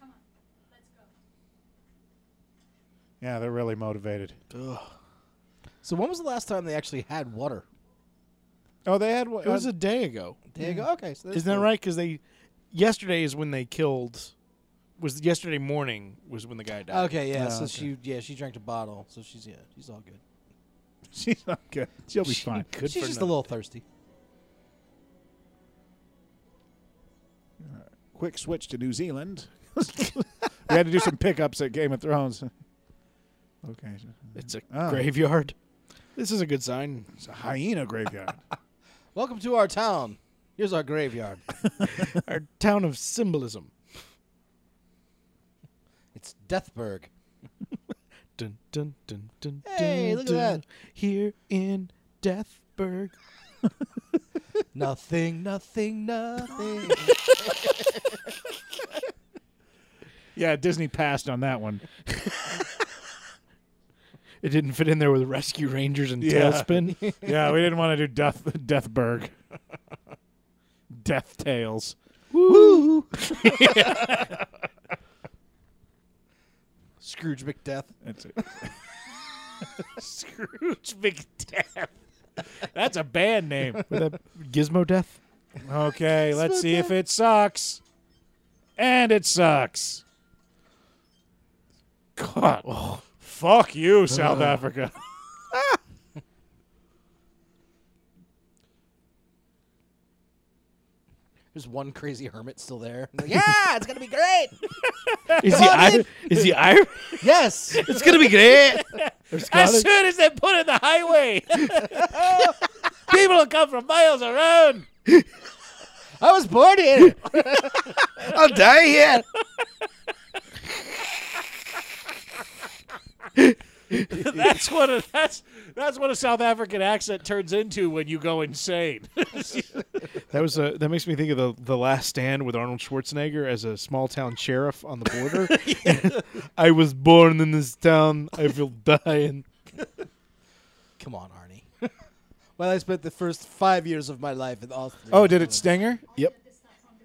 town. Come on, let's go.
Yeah, they're really motivated.
So when was the last time they actually had water?
Oh, they had.
It was a day ago.
There you go. Okay, so that's
Isn't that
cool.
right? Because they yesterday is when they killed. Was yesterday morning was when the guy died.
Okay, yeah.
Oh,
so
okay.
she, yeah, she drank a bottle, so she's yeah, she's all good.
she's not good. She'll be fine.
Good
she's
for
just a
nothing.
little thirsty.
Quick switch to New Zealand. we had to do some pickups at Game of Thrones. Okay,
It's a
Oh.
graveyard. This is a good sign.
it's a hyena graveyard.
Welcome to our town. Here's our graveyard.
Our town of symbolism.
it's Deathburg.
Dun, dun, dun, dun,
Hey,
dun,
look at
dun.
that.
Here in Deathburg.
nothing, nothing, nothing.
yeah, Disney passed on that one.
It didn't fit in there with Rescue Rangers and
Yeah.
Tailspin.
Yeah, we didn't want to do Death Deathburg. Death Tales.
Woo! Scrooge McDeath.
That's it. Scrooge McDeath. That's a band name.
With that gizmo death.
Okay, let's see if it sucks. And it sucks. God.
Oh.
Fuck
Uh,
you, South Africa.
There's one crazy hermit still there.
Yeah, it's gonna be great.
Is he Irish? Is he Irish?
yes.
It's gonna be great. Or
As
Scottish?
soon as they put in the highway, people will come from miles around.
I was born here.
I'll die here.
That's what a that's that's what a South African accent turns into when you go insane.
Oh, That was a, that makes me think of the the Last Stand with Arnold Schwarzenegger as a small town sheriff on the border. I was born in this town. I will die. in
Come on, Arnie. well, I spent the first five years of my life in Austria.
Oh,
stinger?
Yep.
It's not from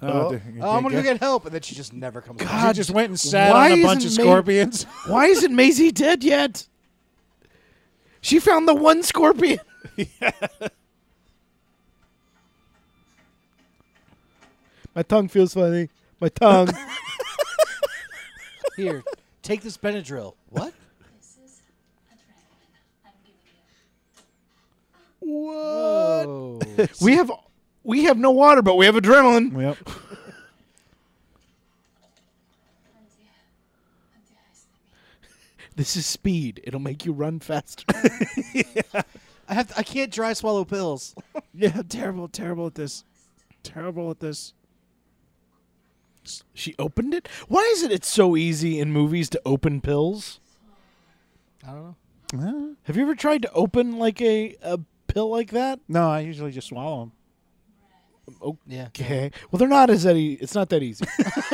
the prostate.
Oh,
Oh, I'm gonna get help, and then she just never comes. back.
She
God,
just went and sat
why
on a bunch of
isn't May-
scorpions.
Why isn't Maisie dead yet? She found the one scorpion. My tongue feels funny. My tongue.
Here, take this Benadryl. What?
This is a drag. I'm giving you.
what?
Oh.
We have we have no water, but we have adrenaline.
yep.
Anti, antihistamine.
This is speed. It'll make you run faster.
I have. To, I can't dry swallow pills.
Yeah, I'm terrible, terrible at this. Terrible at this.
she opened it. Why is it it's so easy in movies to open pills?
I don't know.
Have you ever tried to open like a, a pill like that?
No, I usually just swallow them.
Yeah.
Okay. Well, they're not as that. E- it's not that easy.
The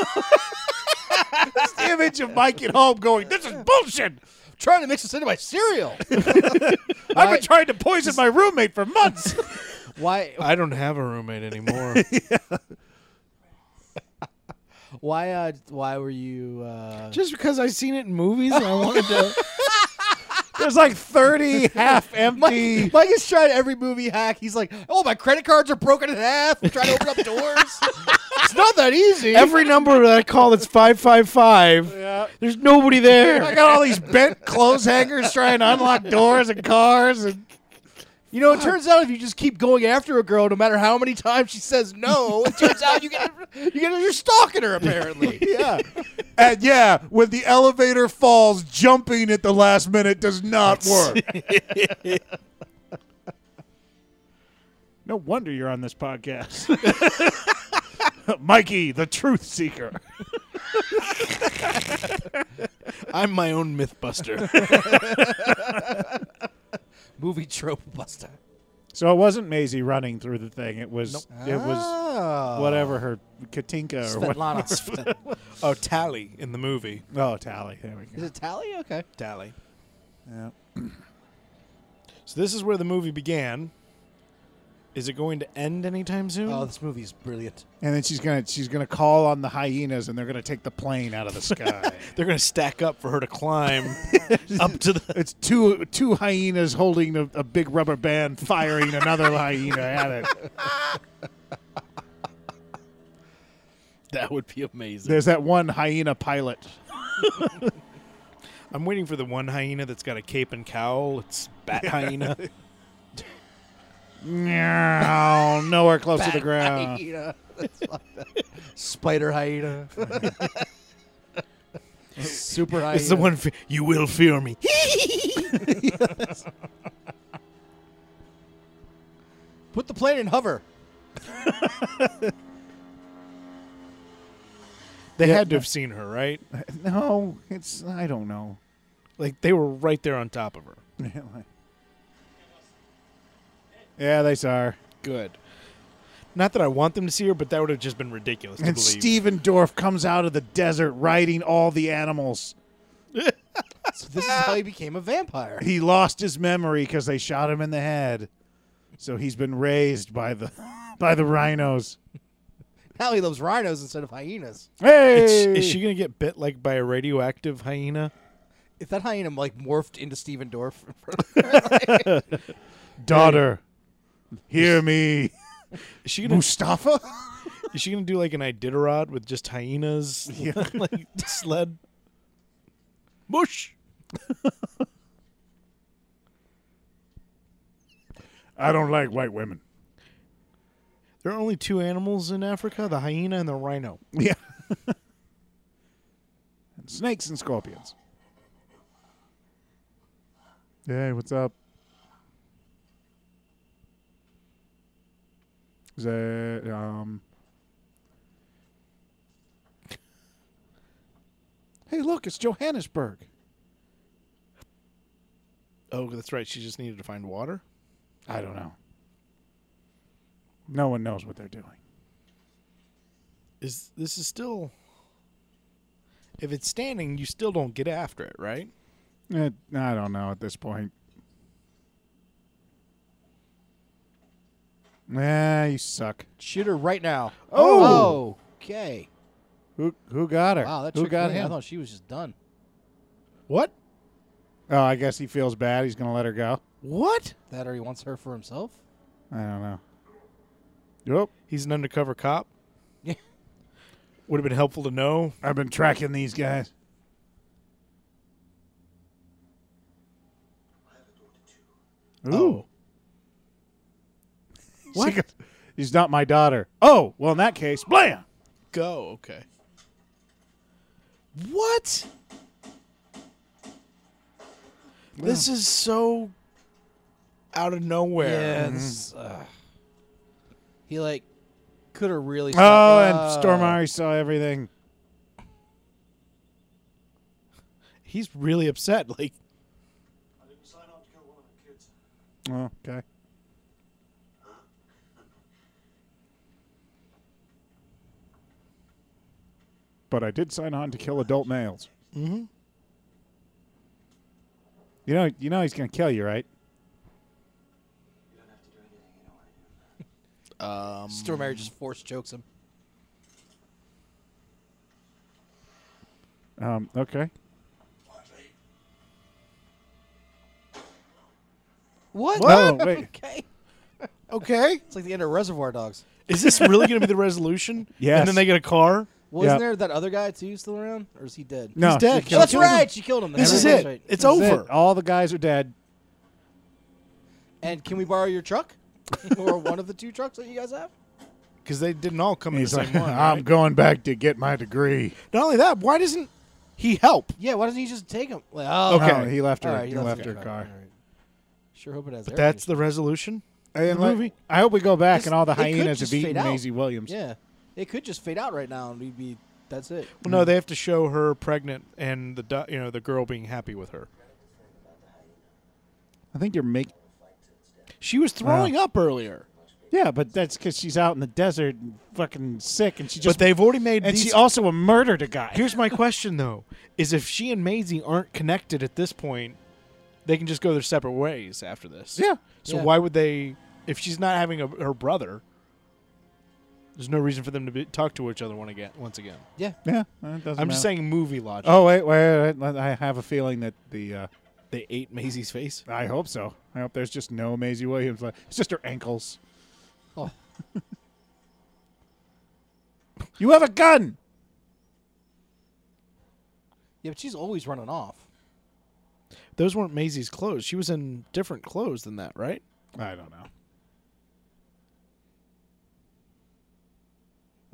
image of Mike at home going, "This is bullshit.
trying to mix this into my cereal.
I've been trying to poison my roommate for months."
Why?
I don't have a roommate anymore.
Why? Uh, why were you? Uh,
Just because I've seen it in movies and I wanted to.
There's like 30 half-empty.
Mike has tried every movie hack. He's like, oh, my credit cards are broken in half. I'm trying to open up doors. it's not that easy.
Every number that I call, it's 555.
Yeah.
There's nobody
I
there.
got all these bent clothes hangers trying to unlock doors and cars. And
you know, it turns out if you just keep going after a girl, no matter how many times she says no, it turns out you get you get you're stalking her apparently.
yeah, and yeah, when the elevator falls, jumping at the last minute does not work. no wonder you're on this podcast, Mikey, the truth seeker.
I'm my own mythbuster.
Movie trope buster.
So it wasn't Maisie running through the thing. It was it was
Oh.
whatever her Katinka or what?
Svetlana.
oh, Tally in the movie.
Oh, Tally. There we
Is
go.
it Tally? Okay.
Tally.
Yeah.
So this is where the movie began. Is it going to end anytime soon?
Oh, this movie's brilliant.
And then she's gonna she's gonna call on the hyenas, and they're gonna take the plane out of the sky.
They're going to stack up for her to climb up to the.
It's two two hyenas holding a, a big rubber band, firing another hyena at it.
That would be amazing.
There's that one hyena pilot.
I'm waiting for the one hyena that's got a cape and cowl. It's Bat Hyena.
Meow, nowhere close to the ground.
Hyena. That's what the- Spider hyena. Super hyena.
It's the one fe- you will fear me.
Put the plane in hover.
They had to have seen her, right?
No, it's I don't know.
Like they were right there on top of her.
yeah, they saw her.
Good. Not that I want them to see her, but that would have just been ridiculous to
And
believe.
Steven Dorff comes out of the desert riding all the animals.
So this is how he became a vampire.
He lost his memory because they shot him in the head, so he's been raised by the by the rhinos.
Now he loves rhinos instead of hyenas.
Hey,
Is, is she gonna get bit like by a radioactive hyena?
if that hyena like morphed into Steven Dorff, in front of
Daughter, hear me.
Is she gonna
Mustafa?
is she gonna do like an Iditarod with just hyenas like sled? Mush.
I don't like white women.
There are only two animals in Africa: the hyena and the rhino.
Yeah. and snakes and scorpions. Hey, what's up? Is that um Hey look, it's Johannesburg.
Oh, that's right. She just needed to find water.
I don't know. No one knows what they're doing.
Is this is still? If it's standing, you still don't get after it, right?
Eh, I don't know at this point. Nah, you suck.
Shoot her right now.
Oh!
okay.
Who who got her?
Wow, that
who
tricked
got
me. I
him?
thought she was just done.
What?
Oh, I guess he feels bad. He's gonna let her go.
What?
That or he wants her for himself.
I don't know. Yep.
He's an undercover cop.
Yeah.
Would have been helpful to know.
I've been tracking these guys. Ooh.
Oh.
She
What?
goes, He's not my daughter. Oh, well, in that case, blam.
Go. Okay. What? This is so out of nowhere.
this,
Mm-hmm.
ugh. he like could have really.
Oh, and
Uh,
stopped-
Stormari saw everything.
He's really upset. Like,
I didn't sign up to kill one of the kids.
Oh, okay. But I did sign on to kill adult males. Mm-hmm. You know, you know he's gonna kill you, right?
You don't have to do anything you don't want to do.
um,
Stormare just force chokes him.
Um, okay.
What?
Oh, wait.
okay.
okay.
It's like the end of Reservoir Dogs.
Is this really going to be the resolution?
Yes.
And then they get a car.
Wasn't
Yeah.
there that other guy too still around, or is he dead?
No,
He's dead.
she
Oh,
killed
that's
him.
right. She killed him.
This is
That's right,
it.
that's right.
It's
That's
over.
it. All the guys are dead.
And can we borrow your truck, or one of the two trucks that you guys have?
Because they didn't all come in the
He's
same
like, "Um,
one.
I'm
right?
going back to get my degree.
Not only that, why doesn't he help?
Yeah. Why doesn't he just take him? Like, oh,
Okay.
No, he left her.
All right,
he,
he
left,
left
her
her
car.
all right. Sure hope it has. air
That's the resolution.
And
The
let-
movie.
I hope we go back
This-
and all the
it could
hyenas have
just
eaten
fade out.
Maisie Williams.
conditioning. Yeah. It could just fade out right now, and we'd be. That's it.
Well,
Mm.
no, they have to show her pregnant and the du- you know the girl being happy with her.
I think you're making.
She was throwing up earlier,
Yeah, but that's because she's out in the desert, and fucking sick, and she just
but they've already made
and
these.
she also murdered a guy.
Here's my question though: Is if she and Maisie aren't connected at this point, they can just go their separate ways after this.
Yeah.
So
Yeah.
why would they? If she's not having a, her brother, there's no reason for them to be, talk to each other one again. Once again,
Yeah.
Yeah, uh, it doesn't
I'm just saying movie logic.
Oh wait, wait, wait, let- I have a feeling that the. Uh,
they ate Maisie's face.
I hope so. I hope there's just no Maisie Williams. Left. It's just her ankles.
Oh.
you have a gun.
Yeah, but she's always running off.
Those weren't Maisie's clothes. She was in different clothes than that, right?
I don't know.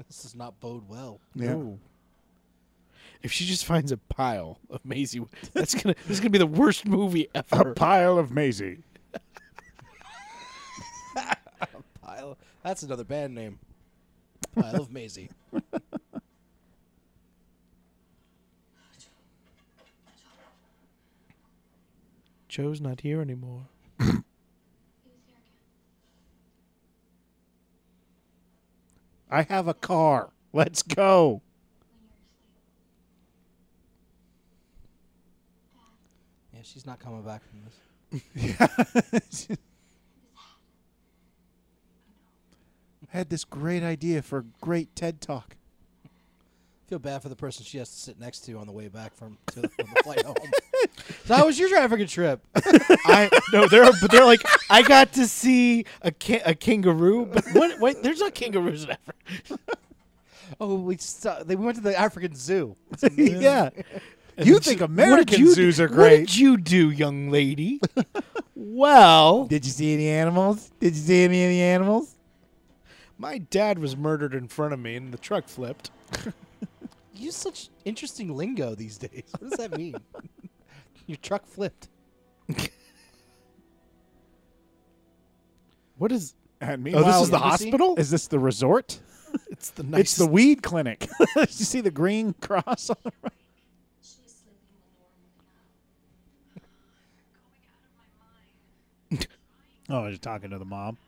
This does not bode well.
Yeah.
If she just finds a pile of Maisie, that's gonna this is gonna be the worst movie
A
ever.
pile of Maisie.
Pile. That's another band name. Pile of Maisie.
Joe's not here anymore.
He was here again.
I have a car. Let's go.
When you were asleep. Dad,
Yeah, she's not coming back from this.
I had this great idea for a great TED talk.
Feel bad for the person she has to sit next to on the way back from to, from the flight home. So how was your trafficking trip?
I no, they're but they're like I got to see a ki- a kangaroo, but what? Wait, there's not kangaroos in Africa.
oh, we saw, they, we went to the African Zoo.
yeah,
You think American
you
zoos
do-
are
What
great.
did you do, young lady? well,
Did you see any animals? Did you see any of the animals?
my dad was murdered in front of me, and the truck flipped.
You use such interesting lingo these days. What does that mean? Your truck flipped.
What is?
And
Oh,
meanwhile,
this is the
embassy?
hospital.
Is this the resort?
it's the nice.
It's the weed clinic. Did you see the green cross on the right?
She's sleeping normally now. I'm going out of my mind.
Oh, you're talking to the mom.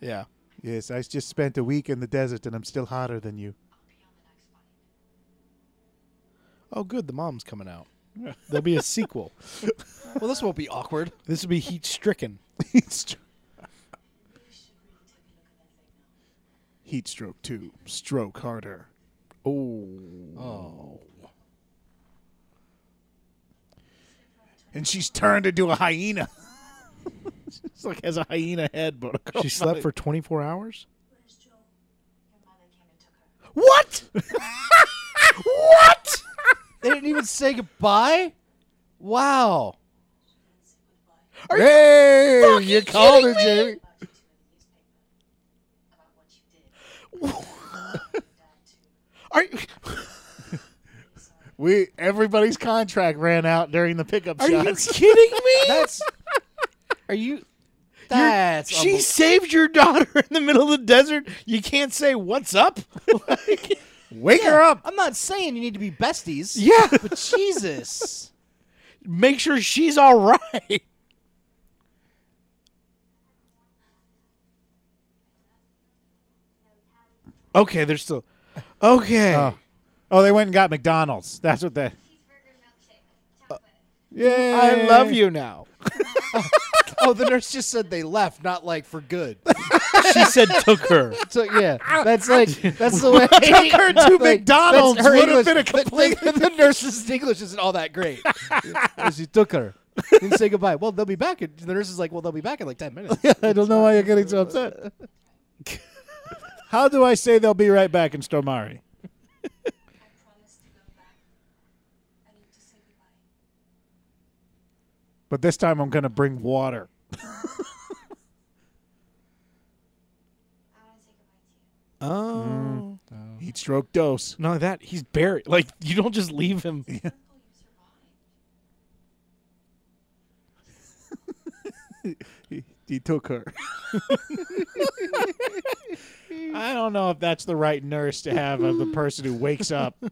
yeah.
Yes, I just spent a week in the desert and I'm still hotter than you.
Oh,
I'll be on the next flight.
good. The mom's coming out. There'll be a sequel.
Well, this won't be awkward.
This will be heat stricken.
Heat stroke two. Stroke harder.
Oh.
And she's turned into a hyena. She's like has a hyena head, but a
She slept for 24 hours.
Where's Joe? Your mother came and took her.
What? what?
They didn't even say goodbye? Wow.
Hey, you called it, Jamie.
Are
We everybody's contract ran out during the pickup
are you
shots.
kidding me?
That's. Are you. That's.
she
unbel-
saved your daughter in the middle of the desert. You can't say what's up. Like,
Wake her up.
I'm not saying you need to be besties.
yeah,
But Jesus.
make sure she's all right. Okay, they're still. Okay.
Oh. Oh, they went and got McDonald's. That's what they.
Cheeseburger milkshake. Chocolate.
Yeah,
I love you now.
Oh, the nurse just said they left, not like for good.
She said took her.
So yeah, that's like that's the way.
Took her to McDonald's
that's her
would have
English.
been a
The- the-
complete-
The, nurse's English isn't all that great. she took her. Didn't say goodbye. Well, they'll be back. In, the nurse is like, well, they'll be back in like ten minutes.
I don't know why you're getting so upset. How do I say they'll be right back in Stormari?
I promise to go back. I need to say goodbye.
But this time I'm going to bring water.
I want to say goodbye to you.
Oh.
Heat stroke dose.
Not only that, he's buried. Like you don't just leave him.
Uncle, you survived.
He, he took her. I don't know if that's the right nurse to have of the person who wakes up.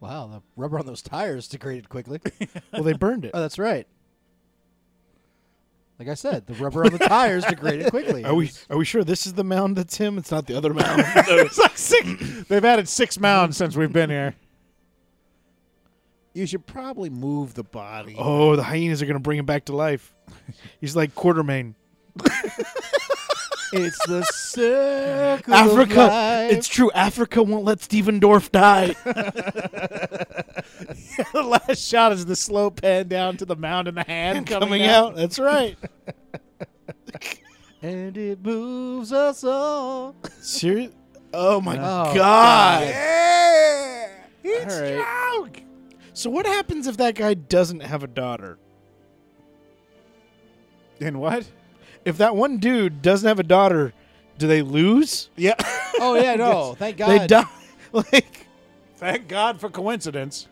Wow, the rubber on those tires degraded quickly.
Well, they burned it.
Oh, that's right. Like I said, the rubber on the tires degraded quickly.
Are we are we sure this is the mound that's him? It's not the other mound.
it's like six. They've added six mounds since we've been here. You should probably move the body.
oh, the hyenas are gonna bring him back to life. He's like Quartermain.
It's the circle of
Africa.
life.
It's true. Africa won't let Steven Dorff die.
the last shot is the slow pan down to the mound in the hand coming,
Coming
out.
out. That's right.
and it moves us all.
Serious. Oh my
Oh,
god.
Yeah.
All right. So what happens if that guy doesn't have a daughter?
And what?
If that one dude doesn't have a daughter, do they lose?
Yeah.
Oh yeah, no, thank God.
They die. Like
Thank God for coincidence.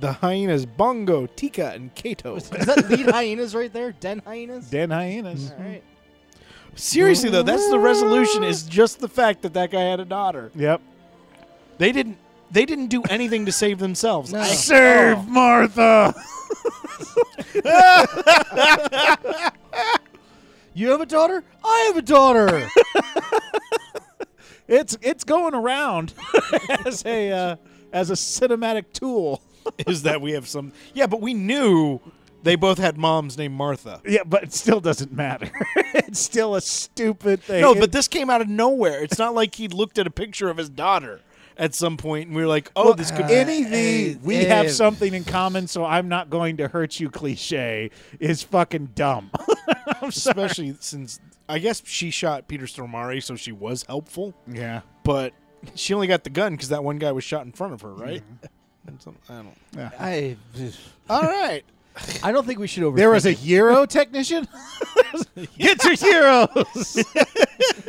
the hyenas Bongo, Tika, and Kato.
Is that lead hyenas right there? Den hyenas?
Den hyenas.
All right.
Seriously though, that's the resolution is just the fact that that guy had a daughter.
Yep.
They didn't they didn't do anything to save themselves.
Oh.
No.
I-
Serve Martha.
You have a daughter? I have a daughter.
It's it's going around as a uh, as a cinematic tool.
is that we have some Yeah, but we knew they both had moms named Martha.
Yeah, but it still doesn't matter. it's still a stupid thing.
No, but this came out of nowhere. It's not like he looked at a picture of his daughter at some point, and we were like, "Oh, this could."
any the
uh,
we
eh.
have something in common, so I'm not going to hurt you cliche is fucking dumb.
especially since I guess she shot Peter Stormare, so she was helpful,
yeah.
but she only got the gun because that one guy was shot in front of her, right? Some- I don't.
I,
All right.
I don't think we should over.
There was a Euro technician? Get your heroes.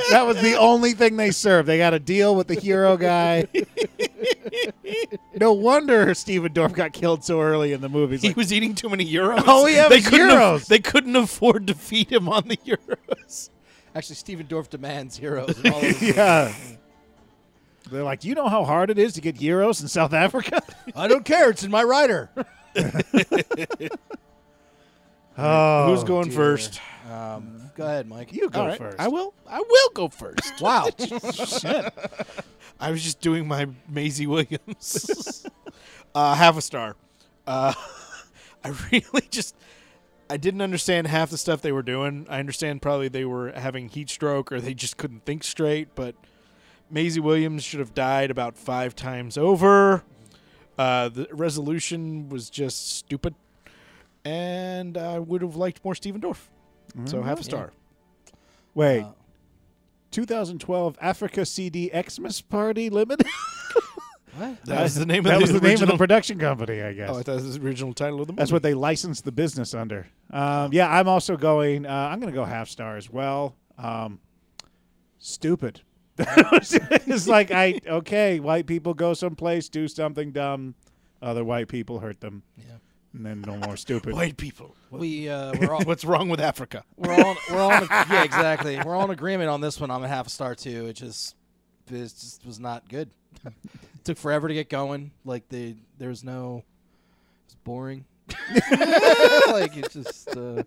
that was the only thing they served. They got a deal with the hero guy. no wonder Steven Dorff got killed so early in the movie. He's
He
like,
was eating too many euros.
Oh, yeah, it
they
was
couldn't
euros.
they couldn't afford to feed him on the euros.
actually Steven Dorff demands heroes. in all of this.
yeah. They're like, you know how hard it is to get euros in South Africa?
I don't care. It's in my rider.
Oh,
Who's going first?
Um, go ahead, Mike.
You go
All right,
first.
I will. I will go first.
Wow.
I was just doing my Maisie Williams. uh, half a star. Uh, I really just I didn't understand half the stuff they were doing. I understand probably they were having heat stroke or they just couldn't think straight, but Maisie Williams should have died about five times over. Uh, the resolution was just stupid, and I would have liked more Steven Dorff. So half a star.
Wait.
Oh.
2012 Africa CD Xmas Party Limited?
That was the name of
that
the
was the name of the
original-
production company, I guess.
Oh, I thought it was the original title of the movie.
That's what they licensed the business under. Um, yeah, I'm also going. Uh, I'm going to go half star as well. Um, stupid. it's like I okay, white people go someplace, do something dumb, other white people hurt them, yeah. and then no more stupid.
white people.
we uh, we're all
What's wrong with Africa?
we're all we're all yeah exactly. We're all in agreement on this one. I'm a half a star too. It just it just was not good. Took forever to get going. Like the there was no. It was boring. like it just. Uh,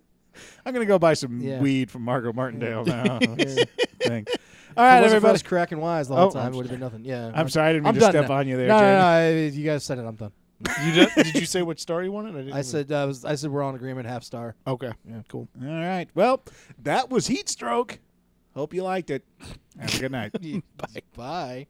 I'm going to go buy some
Yeah.
weed from Margot Martindale now. Thing. All right, everybody.
was cracking wise the
whole
whole
Oh, time, I'm
time.
it
Would have been nothing. Yeah.
I'm sorry I didn't mean to step on you there.
No,
Jamie.
no, no. I- You guys said it. I'm done.
You did, did you say what star you wanted? didn't
I said uh, I was. I said we're on agreement. Half star.
okay. Yeah, cool.
All right. Well, that was Heat Stroke. Hope you liked it. Have a good night.
Bye. Bye.